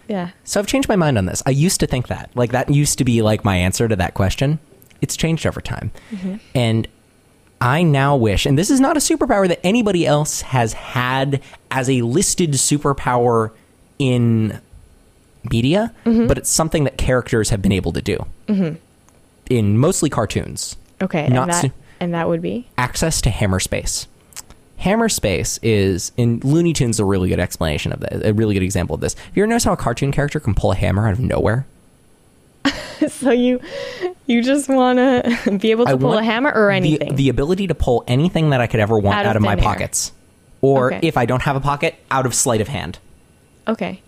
Speaker 1: yeah.
Speaker 4: So I've changed my mind on this. I used to think that like that used to be like my answer to that question. It's changed over time,
Speaker 1: Mm-hmm.
Speaker 4: and I now wish. And this is not a superpower that anybody else has had as a listed superpower in media,
Speaker 1: Mm-hmm.
Speaker 4: but it's something that characters have been able to do in mostly cartoons.
Speaker 1: Okay,
Speaker 4: Not
Speaker 1: and that
Speaker 4: su-
Speaker 1: and that would be [laughs]
Speaker 4: access to hammer space. Hammer space is in Looney Tunes a really good explanation of this, a really good example of this. Have you ever noticed how a cartoon character can pull a hammer out of nowhere?
Speaker 1: so you You just want to [laughs] be able to pull a hammer or
Speaker 4: the-
Speaker 1: anything.
Speaker 4: The, ability to pull anything that I could ever want
Speaker 1: Out
Speaker 4: out
Speaker 1: of
Speaker 4: of, my
Speaker 1: thin air.
Speaker 4: pockets. Or
Speaker 1: Okay.
Speaker 4: if I don't have a pocket, out of sleight of hand.
Speaker 1: okay.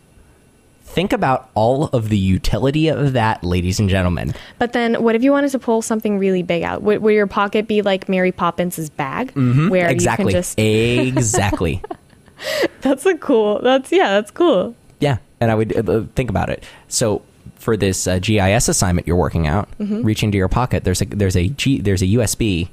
Speaker 4: Think about all of the utility of that, ladies and gentlemen.
Speaker 1: But then, what if you wanted to pull something really big out? Would, would your pocket be like Mary Poppins's bag, where you
Speaker 4: Mm-hmm. exactly.
Speaker 1: can just?
Speaker 4: Exactly.
Speaker 1: [laughs] That's a cool. That's yeah. That's cool.
Speaker 4: Yeah, and I would uh, think about it. So for this uh, GIS assignment you're working out,
Speaker 1: Mm-hmm.
Speaker 4: reach into your pocket. There's a there's a G, there's a USB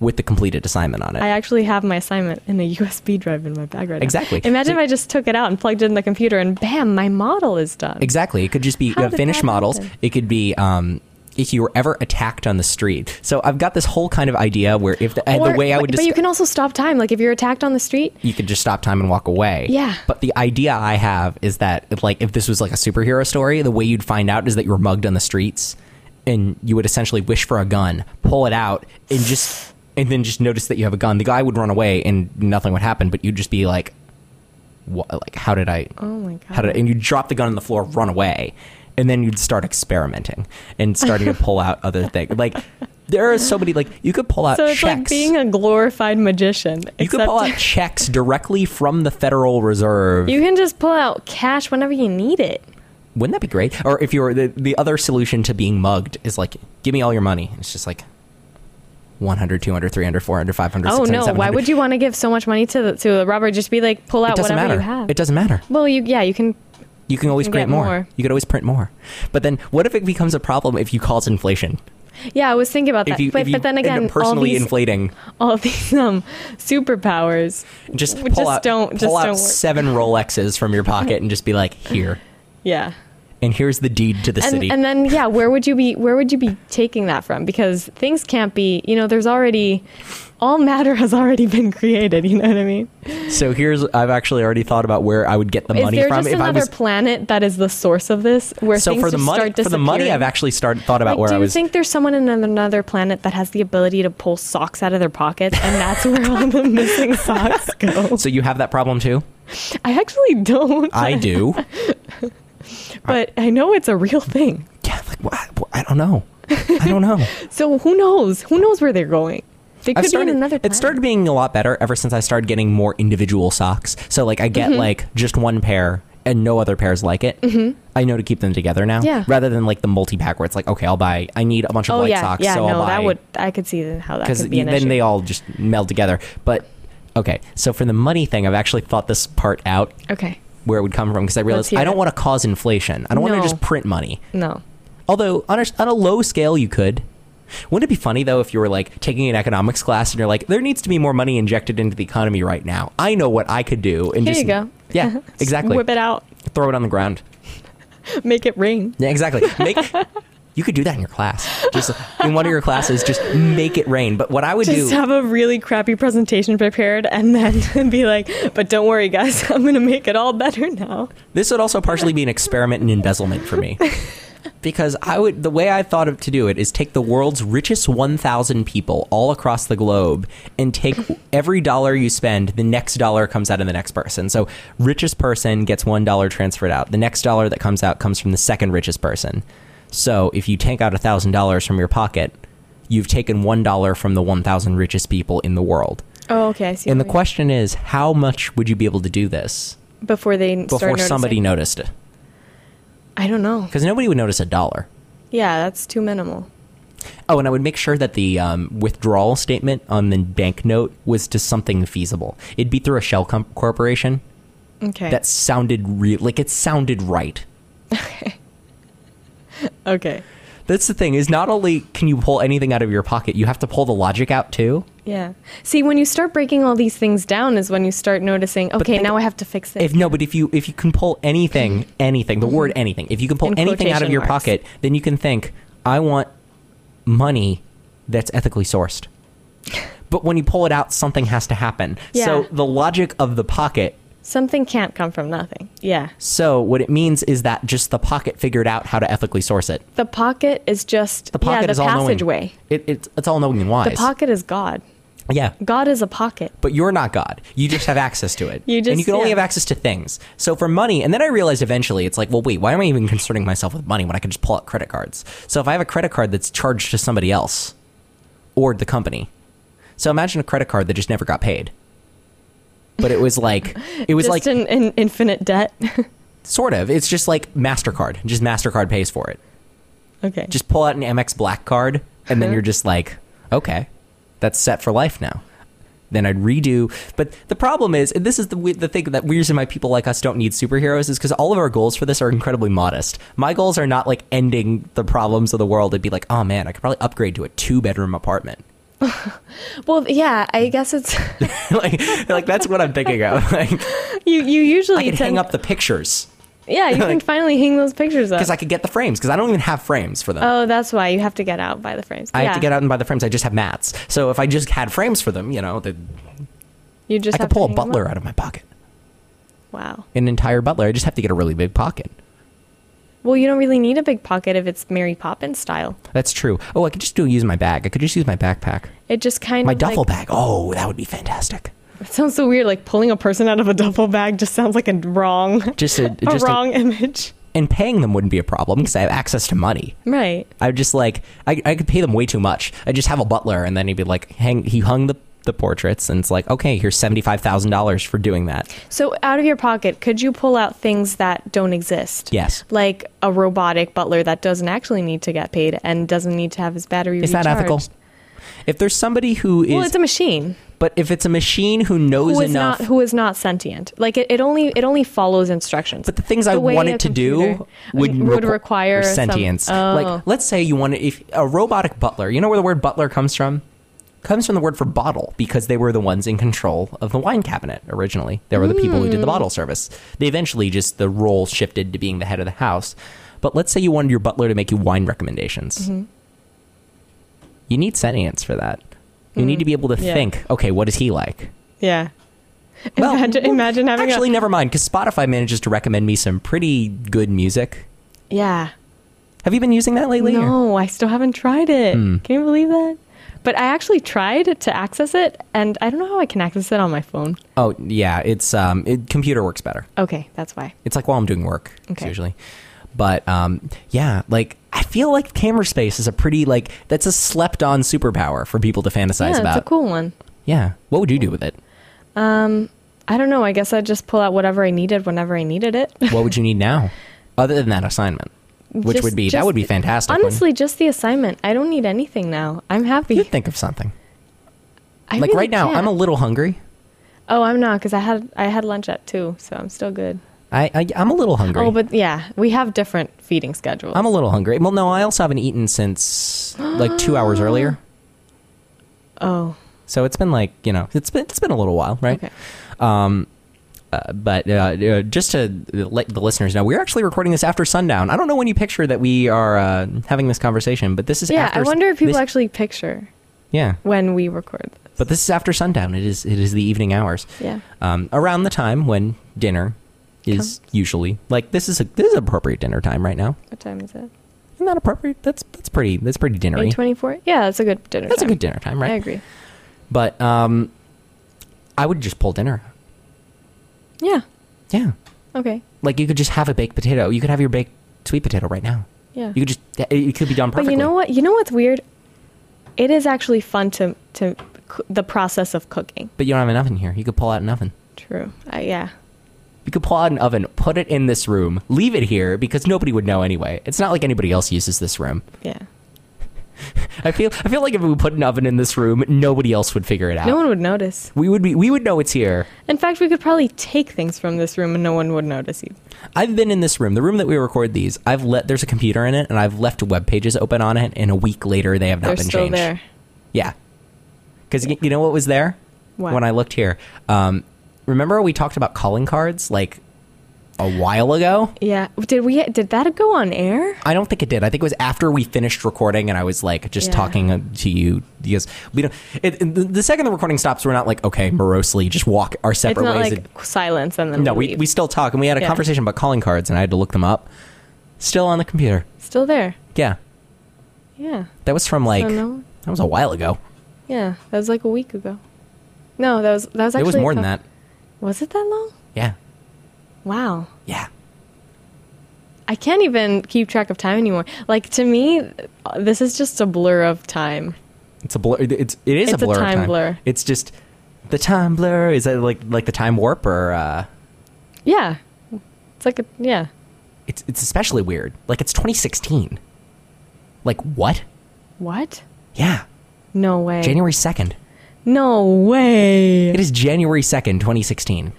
Speaker 4: with the completed assignment on it.
Speaker 1: I actually have my assignment in a USB drive in my bag right now.
Speaker 4: Exactly.
Speaker 1: Imagine if I just took it out and plugged it in the computer, and bam, my model is done.
Speaker 4: exactly. It could just be
Speaker 1: How
Speaker 4: uh,
Speaker 1: did
Speaker 4: finished
Speaker 1: that
Speaker 4: models.
Speaker 1: happen?
Speaker 4: It could be. Um, if you were ever attacked on the street, so I've got this whole kind of idea where if the, and the
Speaker 1: Or-
Speaker 4: way I
Speaker 1: but-
Speaker 4: would
Speaker 1: but
Speaker 4: just
Speaker 1: you can also stop time. Like if you're attacked on the street,
Speaker 4: you could just stop time and walk away.
Speaker 1: Yeah.
Speaker 4: But the idea I have is that like if this was like a superhero story, the way you'd find out is that you were mugged on the streets and you would essentially wish for a gun, pull it out, and just and then just notice that you have a gun. The guy would run away and nothing would happen, but you'd just be like what like how did I
Speaker 1: oh my god,
Speaker 4: how did I, and you'd drop the gun on the floor, run away, and then you'd start experimenting and starting
Speaker 1: [laughs]
Speaker 4: to pull out other things. Like there are so many like you could pull out
Speaker 1: so it's
Speaker 4: checks
Speaker 1: like being a glorified magician.
Speaker 4: you could pull
Speaker 1: [laughs]
Speaker 4: out
Speaker 1: except
Speaker 4: checks directly from the Federal Reserve.
Speaker 1: you can just pull out cash whenever you need it.
Speaker 4: Wouldn't that be great? Or if you're the, the other solution to being mugged is like, give me all your money. It's just like 100, 200, 300, 400, 500,
Speaker 1: Oh
Speaker 4: 600,
Speaker 1: no! Why
Speaker 4: 700.
Speaker 1: would you want to give so much money to the, to a robber? Just be like, pull
Speaker 4: It
Speaker 1: out
Speaker 4: doesn't
Speaker 1: whatever
Speaker 4: matter.
Speaker 1: you have.
Speaker 4: It doesn't matter.
Speaker 1: Well, you yeah, you can.
Speaker 4: You can always
Speaker 1: can
Speaker 4: print
Speaker 1: get
Speaker 4: more.
Speaker 1: more.
Speaker 4: You could always print more. But then what if it becomes a problem if you cause inflation?
Speaker 1: Yeah, I was thinking about
Speaker 4: If
Speaker 1: that.
Speaker 4: you,
Speaker 1: but,
Speaker 4: if you
Speaker 1: but then
Speaker 4: end up
Speaker 1: again, all
Speaker 4: personally
Speaker 1: these
Speaker 4: inflating,
Speaker 1: all these [laughs] um superpowers.
Speaker 4: just
Speaker 1: w-
Speaker 4: pull
Speaker 1: just
Speaker 4: out,
Speaker 1: don't-
Speaker 4: pull
Speaker 1: just
Speaker 4: out
Speaker 1: don't work.
Speaker 4: seven Rolexes from
Speaker 1: [laughs]
Speaker 4: your pocket and just be like, here.
Speaker 1: Yeah.
Speaker 4: And here's the deed to the
Speaker 1: And,
Speaker 4: city.
Speaker 1: and then yeah, where would you be? Where would you be taking that from? Because things can't be. You know, there's already all matter [laughs] has already been created. You know what I mean?
Speaker 4: So here's I've actually already thought about where I would get the
Speaker 1: Is
Speaker 4: money
Speaker 1: there
Speaker 4: from
Speaker 1: just
Speaker 4: if I
Speaker 1: another
Speaker 4: was
Speaker 1: planet that is the source of this? Where
Speaker 4: so
Speaker 1: things
Speaker 4: for the
Speaker 1: just
Speaker 4: money
Speaker 1: start
Speaker 4: for the money I've
Speaker 1: disappearing?
Speaker 4: actually started thought about
Speaker 1: Like,
Speaker 4: where
Speaker 1: do
Speaker 4: I
Speaker 1: you
Speaker 4: was
Speaker 1: think there's someone in another planet that has the ability to pull socks out of their pockets, and that's where all
Speaker 4: [laughs]
Speaker 1: the missing socks go?
Speaker 4: so you have that problem too?
Speaker 1: I actually don't, [laughs]
Speaker 4: I do.
Speaker 1: but I know it's a real thing.
Speaker 4: yeah, like wha- wha- I don't know. I don't
Speaker 1: [laughs]
Speaker 4: know.
Speaker 1: So who knows? Who knows where they're going? They could
Speaker 4: I've
Speaker 1: be
Speaker 4: started
Speaker 1: in another. Planet.
Speaker 4: it started being a lot better ever since I started getting more individual socks. So like I get
Speaker 1: Mm-hmm.
Speaker 4: like just one pair and no other pairs like it. I know to keep them together now
Speaker 1: Yeah.
Speaker 4: rather than like the multi pack where it's like okay, I'll buy I need a bunch of
Speaker 1: Oh
Speaker 4: white
Speaker 1: yeah,
Speaker 4: socks
Speaker 1: yeah.
Speaker 4: so
Speaker 1: no,
Speaker 4: I'll buy
Speaker 1: that would. I could see then how that
Speaker 4: because
Speaker 1: could be an
Speaker 4: then
Speaker 1: issue.
Speaker 4: they all just meld together. But okay, so for the money thing, I've actually thought this part out
Speaker 1: okay.
Speaker 4: where it would come from because I realized
Speaker 1: hear
Speaker 4: I don't
Speaker 1: it.
Speaker 4: want to cause inflation. I don't want
Speaker 1: No.
Speaker 4: to just print money.
Speaker 1: No.
Speaker 4: Although on a, on a low scale, you could. Wouldn't it be funny though if you were like taking an economics class and you're like, there needs to be more money injected into the economy right now. I know what I could do. And
Speaker 1: Here
Speaker 4: just,
Speaker 1: you go. [laughs]
Speaker 4: Yeah, exactly.
Speaker 1: Whip it out. [laughs]
Speaker 4: Throw it on the ground.
Speaker 1: Make it ring.
Speaker 4: Yeah, exactly. Make [laughs] you could do that in your class. Just in one of your classes, just make it rain. But what I would
Speaker 1: Just
Speaker 4: do,
Speaker 1: have a really crappy presentation prepared, and then [laughs] be like, "But don't worry, guys. [laughs] I'm gonna make it all better now."
Speaker 4: This would also partially be an experiment in embezzlement
Speaker 1: [laughs]
Speaker 4: for me. Because I would the way I thought of to do it is take the world's richest 1000 people all across the globe and
Speaker 1: [laughs]
Speaker 4: take every dollar you spend the next dollar comes out of the next person. So richest person gets $1 transferred out. The next dollar that comes out comes from the second richest person. So if you take out $1000 from your pocket, you've taken $1 from the 1000 richest people in the world.
Speaker 1: Oh, okay. I see.
Speaker 4: And the
Speaker 1: what you-
Speaker 4: question is, how much would you be able to do this
Speaker 1: before they start
Speaker 4: before
Speaker 1: noticing.
Speaker 4: somebody noticed it?
Speaker 1: I don't know.
Speaker 4: because nobody would notice a dollar.
Speaker 1: Yeah, that's too minimal.
Speaker 4: Oh, and I would make sure that the um, withdrawal statement on the banknote was to something feasible. It'd be through a shell com- corporation
Speaker 1: Okay.
Speaker 4: that sounded real, like it sounded right.
Speaker 1: okay.
Speaker 4: That's the thing is not only can you pull anything out of your pocket, you have to pull the logic out too.
Speaker 1: Yeah. See, when you start breaking all these things down, is when you start noticing. Okay,
Speaker 4: think-
Speaker 1: now I have to fix it.
Speaker 4: If no, but if you if you can pull anything,
Speaker 1: Mm-hmm.
Speaker 4: anything, the word anything, if you can pull
Speaker 1: In
Speaker 4: anything out of
Speaker 1: quotation
Speaker 4: your
Speaker 1: marks.
Speaker 4: pocket, then you can think, I want money that's
Speaker 1: [laughs]
Speaker 4: ethically sourced. But when you pull it out, something has to happen.
Speaker 1: Yeah.
Speaker 4: So the logic of the pocket
Speaker 1: Something can't come from nothing. Yeah.
Speaker 4: So what it means is that just the pocket figured out how to ethically source it.
Speaker 1: The pocket is just
Speaker 4: The pocket
Speaker 1: yeah, the
Speaker 4: is all knowing.
Speaker 1: passageway.
Speaker 4: It, it's it's all knowing and wise.
Speaker 1: The pocket is God.
Speaker 4: Yeah.
Speaker 1: God is a pocket.
Speaker 4: But you're not God. You just have access to it.
Speaker 1: You
Speaker 4: and you
Speaker 1: just-
Speaker 4: can only
Speaker 1: yeah.
Speaker 4: have access to things. So for money, and then I realized eventually it's like, well, wait, why am I even concerning myself with money when I can just pull out credit cards? So if I have a credit card that's charged to somebody else or the company, so imagine a credit card that just never got paid. But it was like it was
Speaker 1: [laughs] Just
Speaker 4: like
Speaker 1: an, an infinite debt. [laughs]
Speaker 4: sort of. It's just like Mastercard. Just Mastercard pays for it.
Speaker 1: okay.
Speaker 4: Just pull out an MX Black card, and
Speaker 1: Uh-huh.
Speaker 4: then you're just like, okay, that's set for life now. Then I'd redo. But the problem is, and this is the we- the thing that reason why people like us don't need superheroes is because all of our goals for this are incredibly modest. My goals are not like ending the problems of the world. It'd be like, oh man, I could probably upgrade to a two bedroom apartment. [laughs]
Speaker 1: well, yeah, I guess it's
Speaker 4: like, like that's what I'm
Speaker 1: [laughs]
Speaker 4: thinking of. Like,
Speaker 1: you. You usually
Speaker 4: I could hang
Speaker 1: tend-
Speaker 4: up the pictures
Speaker 1: Yeah,
Speaker 4: [laughs]
Speaker 1: you can finally hang those pictures up.
Speaker 4: because I could get the frames because I don't even have frames for them.
Speaker 1: Uh, oh, that's why you have to get out by the frames.
Speaker 4: I
Speaker 1: yeah.
Speaker 4: have to get out and buy the frames. I just have mats. So if I just had frames for them, you know, the,
Speaker 1: You just
Speaker 4: I
Speaker 1: have
Speaker 4: could pull
Speaker 1: to
Speaker 4: a
Speaker 1: hang them
Speaker 4: butler
Speaker 1: up.
Speaker 4: out of my pocket.
Speaker 1: Wow.
Speaker 4: an entire butler. I just have to get a really big pocket.
Speaker 1: Well, you don't really need a big pocket if it's Mary Poppins style.
Speaker 4: That's true. Oh, I could just do use my bag. I could just use my backpack,
Speaker 1: It just kind
Speaker 4: my
Speaker 1: of
Speaker 4: duffel
Speaker 1: like,
Speaker 4: bag. Oh, that would be fantastic.
Speaker 1: It sounds so weird. Like pulling a person out of a duffel bag just sounds like a
Speaker 4: [laughs]
Speaker 1: wrong, [laughs]
Speaker 4: Just a,
Speaker 1: a
Speaker 4: just a-
Speaker 1: wrong image.
Speaker 4: and paying them wouldn't be a problem because I have access to money.
Speaker 1: Right.
Speaker 4: I would just like I, I could pay them way too much. I just have a butler, and then he'd be like, hang. He hung the the portraits, and it's like, okay, here's seventy five thousand dollars for doing that.
Speaker 1: So out of your pocket, could you pull out things that don't exist?
Speaker 4: Yes.
Speaker 1: Like a robotic butler that doesn't actually need to get paid and doesn't need to have his battery
Speaker 4: Is that ethical?
Speaker 1: recharged.
Speaker 4: If there's somebody who is,
Speaker 1: Well, it's a machine.
Speaker 4: but if it's a machine who knows
Speaker 1: who is
Speaker 4: enough,
Speaker 1: not who is not sentient. Like it, it only it only follows instructions.
Speaker 4: But the things I
Speaker 1: way
Speaker 4: wanted
Speaker 1: a
Speaker 4: to do
Speaker 1: computer-
Speaker 4: would,
Speaker 1: would
Speaker 4: requ-
Speaker 1: require some-
Speaker 4: sentience.
Speaker 1: Oh.
Speaker 4: Like, let's say you want to, if a robotic butler, you know where the word butler comes from? Comes from the word for bottle because they were the ones in control of the wine cabinet originally. They were the people who did the
Speaker 1: Hmm.
Speaker 4: bottle service. They eventually just the role shifted to being the head of the house. But let's say you wanted your butler to make you wine recommendations.
Speaker 1: Mm-hmm.
Speaker 4: You need sentience for that. You need to be able to
Speaker 1: Mm. Yeah.
Speaker 4: think, okay, what is he like?
Speaker 1: yeah.
Speaker 4: Well,
Speaker 1: imagine,
Speaker 4: well,
Speaker 1: imagine having a-
Speaker 4: actually never mind because spotify manages to recommend me some pretty good music
Speaker 1: yeah.
Speaker 4: have you been using that lately
Speaker 1: No, I still haven't tried it. Can you believe that? But I actually tried to access it, and I don't know how I can access it on my phone.
Speaker 4: oh yeah it's um it, computer works better
Speaker 1: Okay, that's why.
Speaker 4: it's like while i'm doing work it's
Speaker 1: Okay.
Speaker 4: usually but um yeah like i feel like camera space is a pretty like that's a slept on superpower for people to fantasize
Speaker 1: yeah,
Speaker 4: about
Speaker 1: it's a cool one.
Speaker 4: yeah what would you do with it
Speaker 1: I don't know. I guess I'd just pull out whatever I needed whenever I needed it. [laughs]
Speaker 4: what would you need now other than that assignment which
Speaker 1: Just-
Speaker 4: would be that
Speaker 1: just-
Speaker 4: would be fantastic wouldn't
Speaker 1: Honestly, just the assignment. I don't need anything now. I'm happy.
Speaker 4: it? you think of something
Speaker 1: I
Speaker 4: like
Speaker 1: really
Speaker 4: right now i'm
Speaker 1: can't.
Speaker 4: a little hungry
Speaker 1: Oh, I'm not because I had I had lunch at two, so I'm still good.
Speaker 4: I, I i'm a little hungry
Speaker 1: Oh, but yeah, we have different feeding schedules. [gasps]
Speaker 4: I'm a little hungry. Well, no, I also haven't eaten since like two
Speaker 1: [gasps]
Speaker 4: hours earlier.
Speaker 1: oh,
Speaker 4: So it's been like you know, it's been it's been a little while, right?
Speaker 1: okay.
Speaker 4: Um, uh, but uh, uh, just to let the listeners know, we're actually recording this after sundown. I don't know when you picture that we are uh, having this conversation, but this is
Speaker 1: Yeah,
Speaker 4: After
Speaker 1: I wonder if people
Speaker 4: this-
Speaker 1: actually picture
Speaker 4: Yeah,
Speaker 1: when we record this.
Speaker 4: but this is after sundown. It is it is the evening hours.
Speaker 1: Yeah.
Speaker 4: Um, around the time when dinner is usually like this is a this is appropriate dinner time right now.
Speaker 1: What time is it?
Speaker 4: Isn't that appropriate? That's that's pretty that's pretty dinnery.
Speaker 1: Eight twenty-four. Yeah, that's a good dinner.
Speaker 4: That's a
Speaker 1: time.
Speaker 4: good dinner time, right?
Speaker 1: I agree.
Speaker 4: But um, I would just pull dinner.
Speaker 1: Yeah.
Speaker 4: Yeah,
Speaker 1: Okay.
Speaker 4: like you could just have a baked potato. You could have your baked sweet potato right now.
Speaker 1: Yeah.
Speaker 4: You could just it could be done
Speaker 1: but
Speaker 4: perfectly.
Speaker 1: you know what? You know what's weird? It is actually fun to to coo- the process of cooking.
Speaker 4: But you don't have an oven here. You could pull out an oven.
Speaker 1: True. Uh, yeah.
Speaker 4: You could pull out an oven, put it in this room, leave it here because nobody would know anyway. It's not like anybody else uses this room.
Speaker 1: Yeah.
Speaker 4: I feel I feel like if we put an oven in this room, nobody else would figure it out.
Speaker 1: No one would notice.
Speaker 4: we would be we would know it's here.
Speaker 1: In fact, we could probably take things from this room and no one would notice either.
Speaker 4: I've been in this room, the room that we record these. I've let there's a computer in it, and I've left web pages open on it, and a week later they have not
Speaker 1: They're
Speaker 4: been
Speaker 1: still
Speaker 4: changed.
Speaker 1: there.
Speaker 4: Yeah. Because you know what was there?
Speaker 1: What?
Speaker 4: When I looked here. Um, remember we talked about calling cards like a while ago?
Speaker 1: Yeah. Did we? Did that go on air?
Speaker 4: I don't think it did. I think it was after we finished recording and I was like just
Speaker 1: Yeah.
Speaker 4: talking uh, to you because we don't. It, it- the- the second the recording stops, we're not like, okay, morosely just walk our
Speaker 1: It's
Speaker 4: separate
Speaker 1: not
Speaker 4: ways.
Speaker 1: like silence and then
Speaker 4: no, we,
Speaker 1: leave.
Speaker 4: we still talk and we had a
Speaker 1: Yeah.
Speaker 4: conversation about calling cards and I had to look them up. Still on the computer.
Speaker 1: still there.
Speaker 4: Yeah.
Speaker 1: Yeah.
Speaker 4: That was from like,
Speaker 1: no-
Speaker 4: that was a while ago.
Speaker 1: Yeah, that was like a week ago. No, that was that was
Speaker 4: It
Speaker 1: actually
Speaker 4: was more than
Speaker 1: a-
Speaker 4: that.
Speaker 1: Was it that long?
Speaker 4: Yeah.
Speaker 1: Wow.
Speaker 4: Yeah.
Speaker 1: I can't even keep track of time anymore. Like to me, this is just a blur of time.
Speaker 4: It's a blur. It's it
Speaker 1: It's
Speaker 4: is a
Speaker 1: a
Speaker 4: blur. of
Speaker 1: time blur.
Speaker 4: It's just the time blur. Is that like like the time warp or? Uh,
Speaker 1: Yeah. It's like a yeah.
Speaker 4: it's it's especially weird. Like it's 2016. Like what?
Speaker 1: What?
Speaker 4: Yeah,
Speaker 1: No way.
Speaker 4: January 2nd.
Speaker 1: No way.
Speaker 4: It is January 2nd, 2016.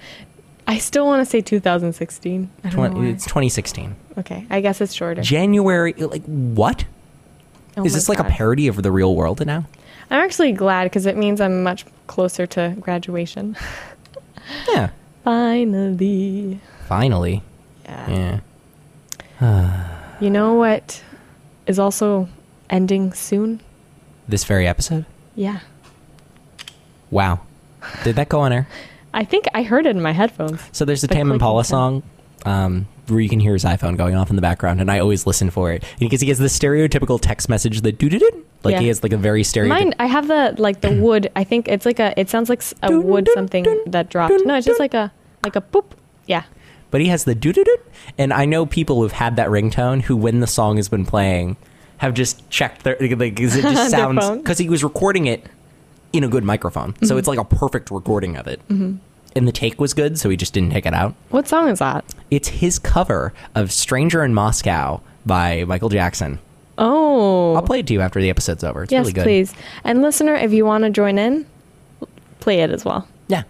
Speaker 1: I still want to say 2016. I don't know
Speaker 4: Twen-
Speaker 1: why.
Speaker 4: it's 2016.
Speaker 1: Oh, okay, I guess it's shorter.
Speaker 4: January. Like what?
Speaker 1: Oh
Speaker 4: Is
Speaker 1: my
Speaker 4: this like a
Speaker 1: God.
Speaker 4: parody of the real world
Speaker 1: [gasps]
Speaker 4: now?
Speaker 1: I'm actually glad because it means I'm much closer to graduation. [laughs]
Speaker 4: Yeah.
Speaker 1: Finally.
Speaker 4: Finally. Yeah.
Speaker 1: You know what is also ending soon?
Speaker 4: This very episode.
Speaker 1: Yeah.
Speaker 4: Wow. Did that go on air?
Speaker 1: I think I heard it in my headphones.
Speaker 4: So there's the,
Speaker 1: The
Speaker 4: Tame
Speaker 1: clicking
Speaker 4: Impala
Speaker 1: sound.
Speaker 4: song um, where you can hear his iPhone going off in the background, and I always listen for it because he gets the stereotypical text message that doo doo doo. Like
Speaker 1: Yeah.
Speaker 4: he has like a very stereotypical.
Speaker 1: Mine, I have the like
Speaker 4: [clears throat]
Speaker 1: the wood. I think it's like a. It sounds like s- a
Speaker 4: Dun,
Speaker 1: wood
Speaker 4: dun,
Speaker 1: something
Speaker 4: dun,
Speaker 1: that dropped.
Speaker 4: dun,
Speaker 1: No, it's just
Speaker 4: dun.
Speaker 1: like a like a boop. Yeah.
Speaker 4: But he has the doo doo doo, and I know people who've had that ringtone who, when the song has been playing, have just checked their like
Speaker 1: [laughs]
Speaker 4: 'cause it just
Speaker 1: Their
Speaker 4: sounds
Speaker 1: phone. Mm-hmm.
Speaker 4: because he was recording it in a good microphone, so it's like a perfect recording of it. And the take was good, so he just didn't take it out.
Speaker 1: What song is that?
Speaker 4: It's his cover of "Stranger in Moscow" by Michael Jackson.
Speaker 1: Oh.
Speaker 4: I'll play it to you after the episode's over. It's
Speaker 1: yes,
Speaker 4: really good.
Speaker 1: please. And listener, if you want to join in, play it as well.
Speaker 4: Yeah.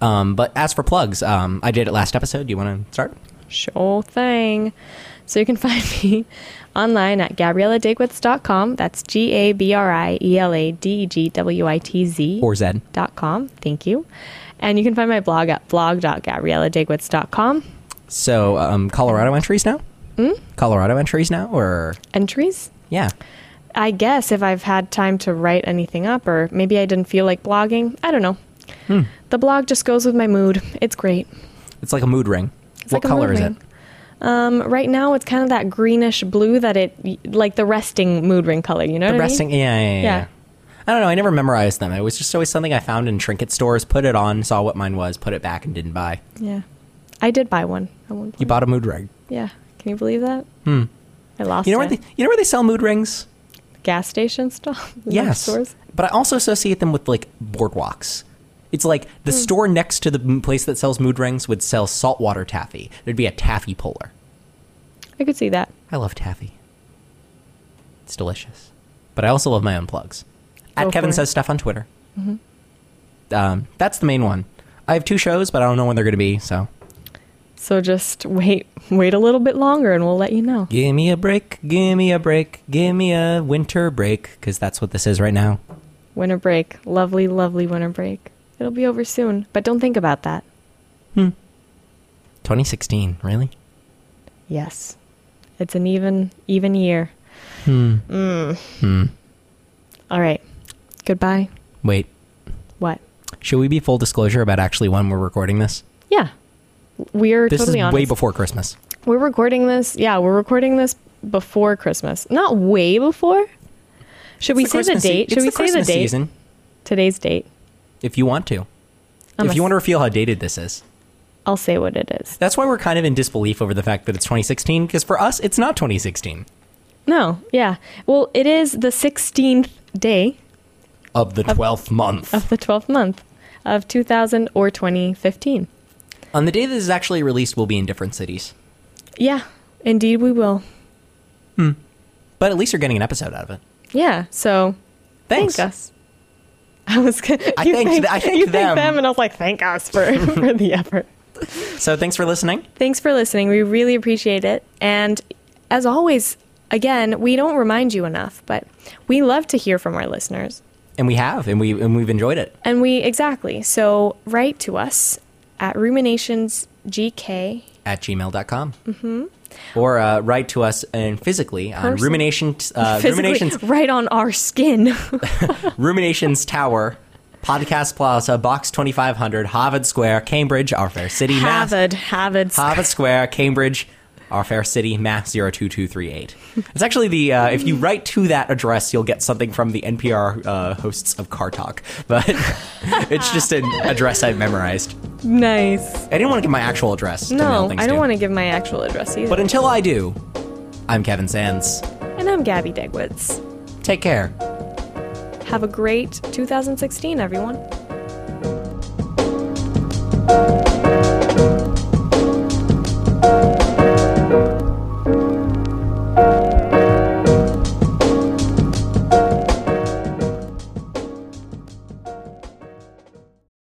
Speaker 4: Um, but as for plugs, um, I did it last episode. Do you want to start?
Speaker 1: Sure thing. So you can [laughs] find me online at GabriellaDigwitz.com. That's G A B R I E L A D G W I T Z.
Speaker 4: Or Zed?
Speaker 1: dot com. Thank you. And you can find my blog at blog.gabrielladigwitz.com.
Speaker 4: So um, Colorado entries now.
Speaker 1: Hmm?
Speaker 4: Mm? Colorado entries now, or
Speaker 1: Entries?
Speaker 4: yeah.
Speaker 1: I guess if I've had time to write anything up, or maybe I didn't feel like blogging. I don't know.
Speaker 4: Hmm.
Speaker 1: The blog just goes with my mood. It's great.
Speaker 4: It's like a mood ring.
Speaker 1: It's like
Speaker 4: what
Speaker 1: a
Speaker 4: color
Speaker 1: mood
Speaker 4: is
Speaker 1: ring.
Speaker 4: it?
Speaker 1: Um, right now, it's kind of that greenish blue that it, like the resting mood ring color. You know,
Speaker 4: The
Speaker 1: what
Speaker 4: resting.
Speaker 1: I
Speaker 4: Yeah, yeah, yeah,
Speaker 1: Yeah.
Speaker 4: yeah. I don't know. I never memorized them. It was just always something I found in trinket stores. Put it on, saw what mine was, put it back, and didn't buy.
Speaker 1: mean? Yeah, I did buy one at one point.
Speaker 4: You bought a mood ring.
Speaker 1: yeah, can you believe that? Hmm. I lost.
Speaker 4: You know where
Speaker 1: it.
Speaker 4: they, you know where they sell mood rings?
Speaker 1: gas station [laughs] stuff?
Speaker 4: Yes.
Speaker 1: Stores?
Speaker 4: But I also associate them with like boardwalks. It's like the
Speaker 1: Hmm.
Speaker 4: store next to the m- place that sells mood rings would sell saltwater taffy. There'd be a taffy puller.
Speaker 1: I could see that.
Speaker 4: I love taffy. It's delicious. But I also love my own plugs.
Speaker 1: Go
Speaker 4: At
Speaker 1: for
Speaker 4: Kevin
Speaker 1: it. Mm-hmm.
Speaker 4: Says Stuff on Twitter. Um, that's the main one. I have two shows, but I don't know when they're going to be, so.
Speaker 1: So just wait, wait a little bit longer, and we'll let you know.
Speaker 4: Give me a break, give me a break, give me a winter break, because that's what this is right now.
Speaker 1: Winter break, lovely, lovely winter break. It'll be over soon, but don't think about that.
Speaker 4: 2016, really?
Speaker 1: Yes, it's an even, even year. Hmm. Mm. Hmm. All right. Goodbye.
Speaker 4: Wait,
Speaker 1: What?
Speaker 4: should we be full disclosure about actually when we're recording this?
Speaker 1: Yeah, we're
Speaker 4: This
Speaker 1: totally
Speaker 4: is
Speaker 1: honest.
Speaker 4: way before Christmas.
Speaker 1: We're recording this. Yeah, we're recording this before Christmas. Not way before. Should we
Speaker 4: It's
Speaker 1: say
Speaker 4: Christmas
Speaker 1: the
Speaker 4: se-
Speaker 1: date? Should
Speaker 4: it's
Speaker 1: we say
Speaker 4: the
Speaker 1: the
Speaker 4: Christmas
Speaker 1: date?
Speaker 4: season,
Speaker 1: Today's date.
Speaker 4: if you want to.
Speaker 1: I'm
Speaker 4: if
Speaker 1: a-
Speaker 4: you want to feel how dated this is.
Speaker 1: I'll say what it is.
Speaker 4: That's why we're kind of in disbelief over the fact that it's 2016, because for us, it's not 2016
Speaker 1: No, yeah. Well, it is the 16th day
Speaker 4: of the 12th month.
Speaker 1: of the 12th month of 2000 or 2015.
Speaker 4: On the day this is actually released, we'll be in different cities.
Speaker 1: Yeah, indeed we will.
Speaker 4: But at least you're getting an episode out of it.
Speaker 1: Yeah, so
Speaker 4: Thanks.
Speaker 1: thank us. [laughs] I was gonna,
Speaker 4: I
Speaker 1: you
Speaker 4: thanked th- I thanked
Speaker 1: [laughs] you thanked
Speaker 4: them.
Speaker 1: them, and I was like, thank us for, [laughs] for the effort.
Speaker 4: So thanks for listening.
Speaker 1: Thanks for listening. We really appreciate it. And as always, again, we don't remind you enough, but we love to hear from our listeners.
Speaker 4: And we have, and, we, and we've enjoyed it.
Speaker 1: And we, exactly. So write to us at ruminationsgk
Speaker 4: At gmail.com. Mm-hmm. Or uh, write to us and physically on
Speaker 1: Person-
Speaker 4: rumination, [laughs] uh,
Speaker 1: physically [laughs]
Speaker 4: Ruminations,
Speaker 1: right on our skin.
Speaker 4: Ruminations Tower, Podcast Plaza, Box 2500, Harvard Square, Cambridge, our fair city, Mass.
Speaker 1: Harvard, Harvard.
Speaker 4: Harvard Square, Cambridge, Our fair city, Mass 02238. It's actually the, uh, if you write to that address, you'll get something from the NPR uh, hosts of Car Talk. But [laughs] it's just an address I've memorized.
Speaker 1: Nice.
Speaker 4: I didn't want to give my actual address. to mail
Speaker 1: No,
Speaker 4: things
Speaker 1: I don't
Speaker 4: to.
Speaker 1: want to give my actual address either.
Speaker 4: But until I do, I'm Kevin Sands.
Speaker 1: and I'm Gabby Degwitz.
Speaker 4: Take care.
Speaker 1: Have a great 2016, everyone.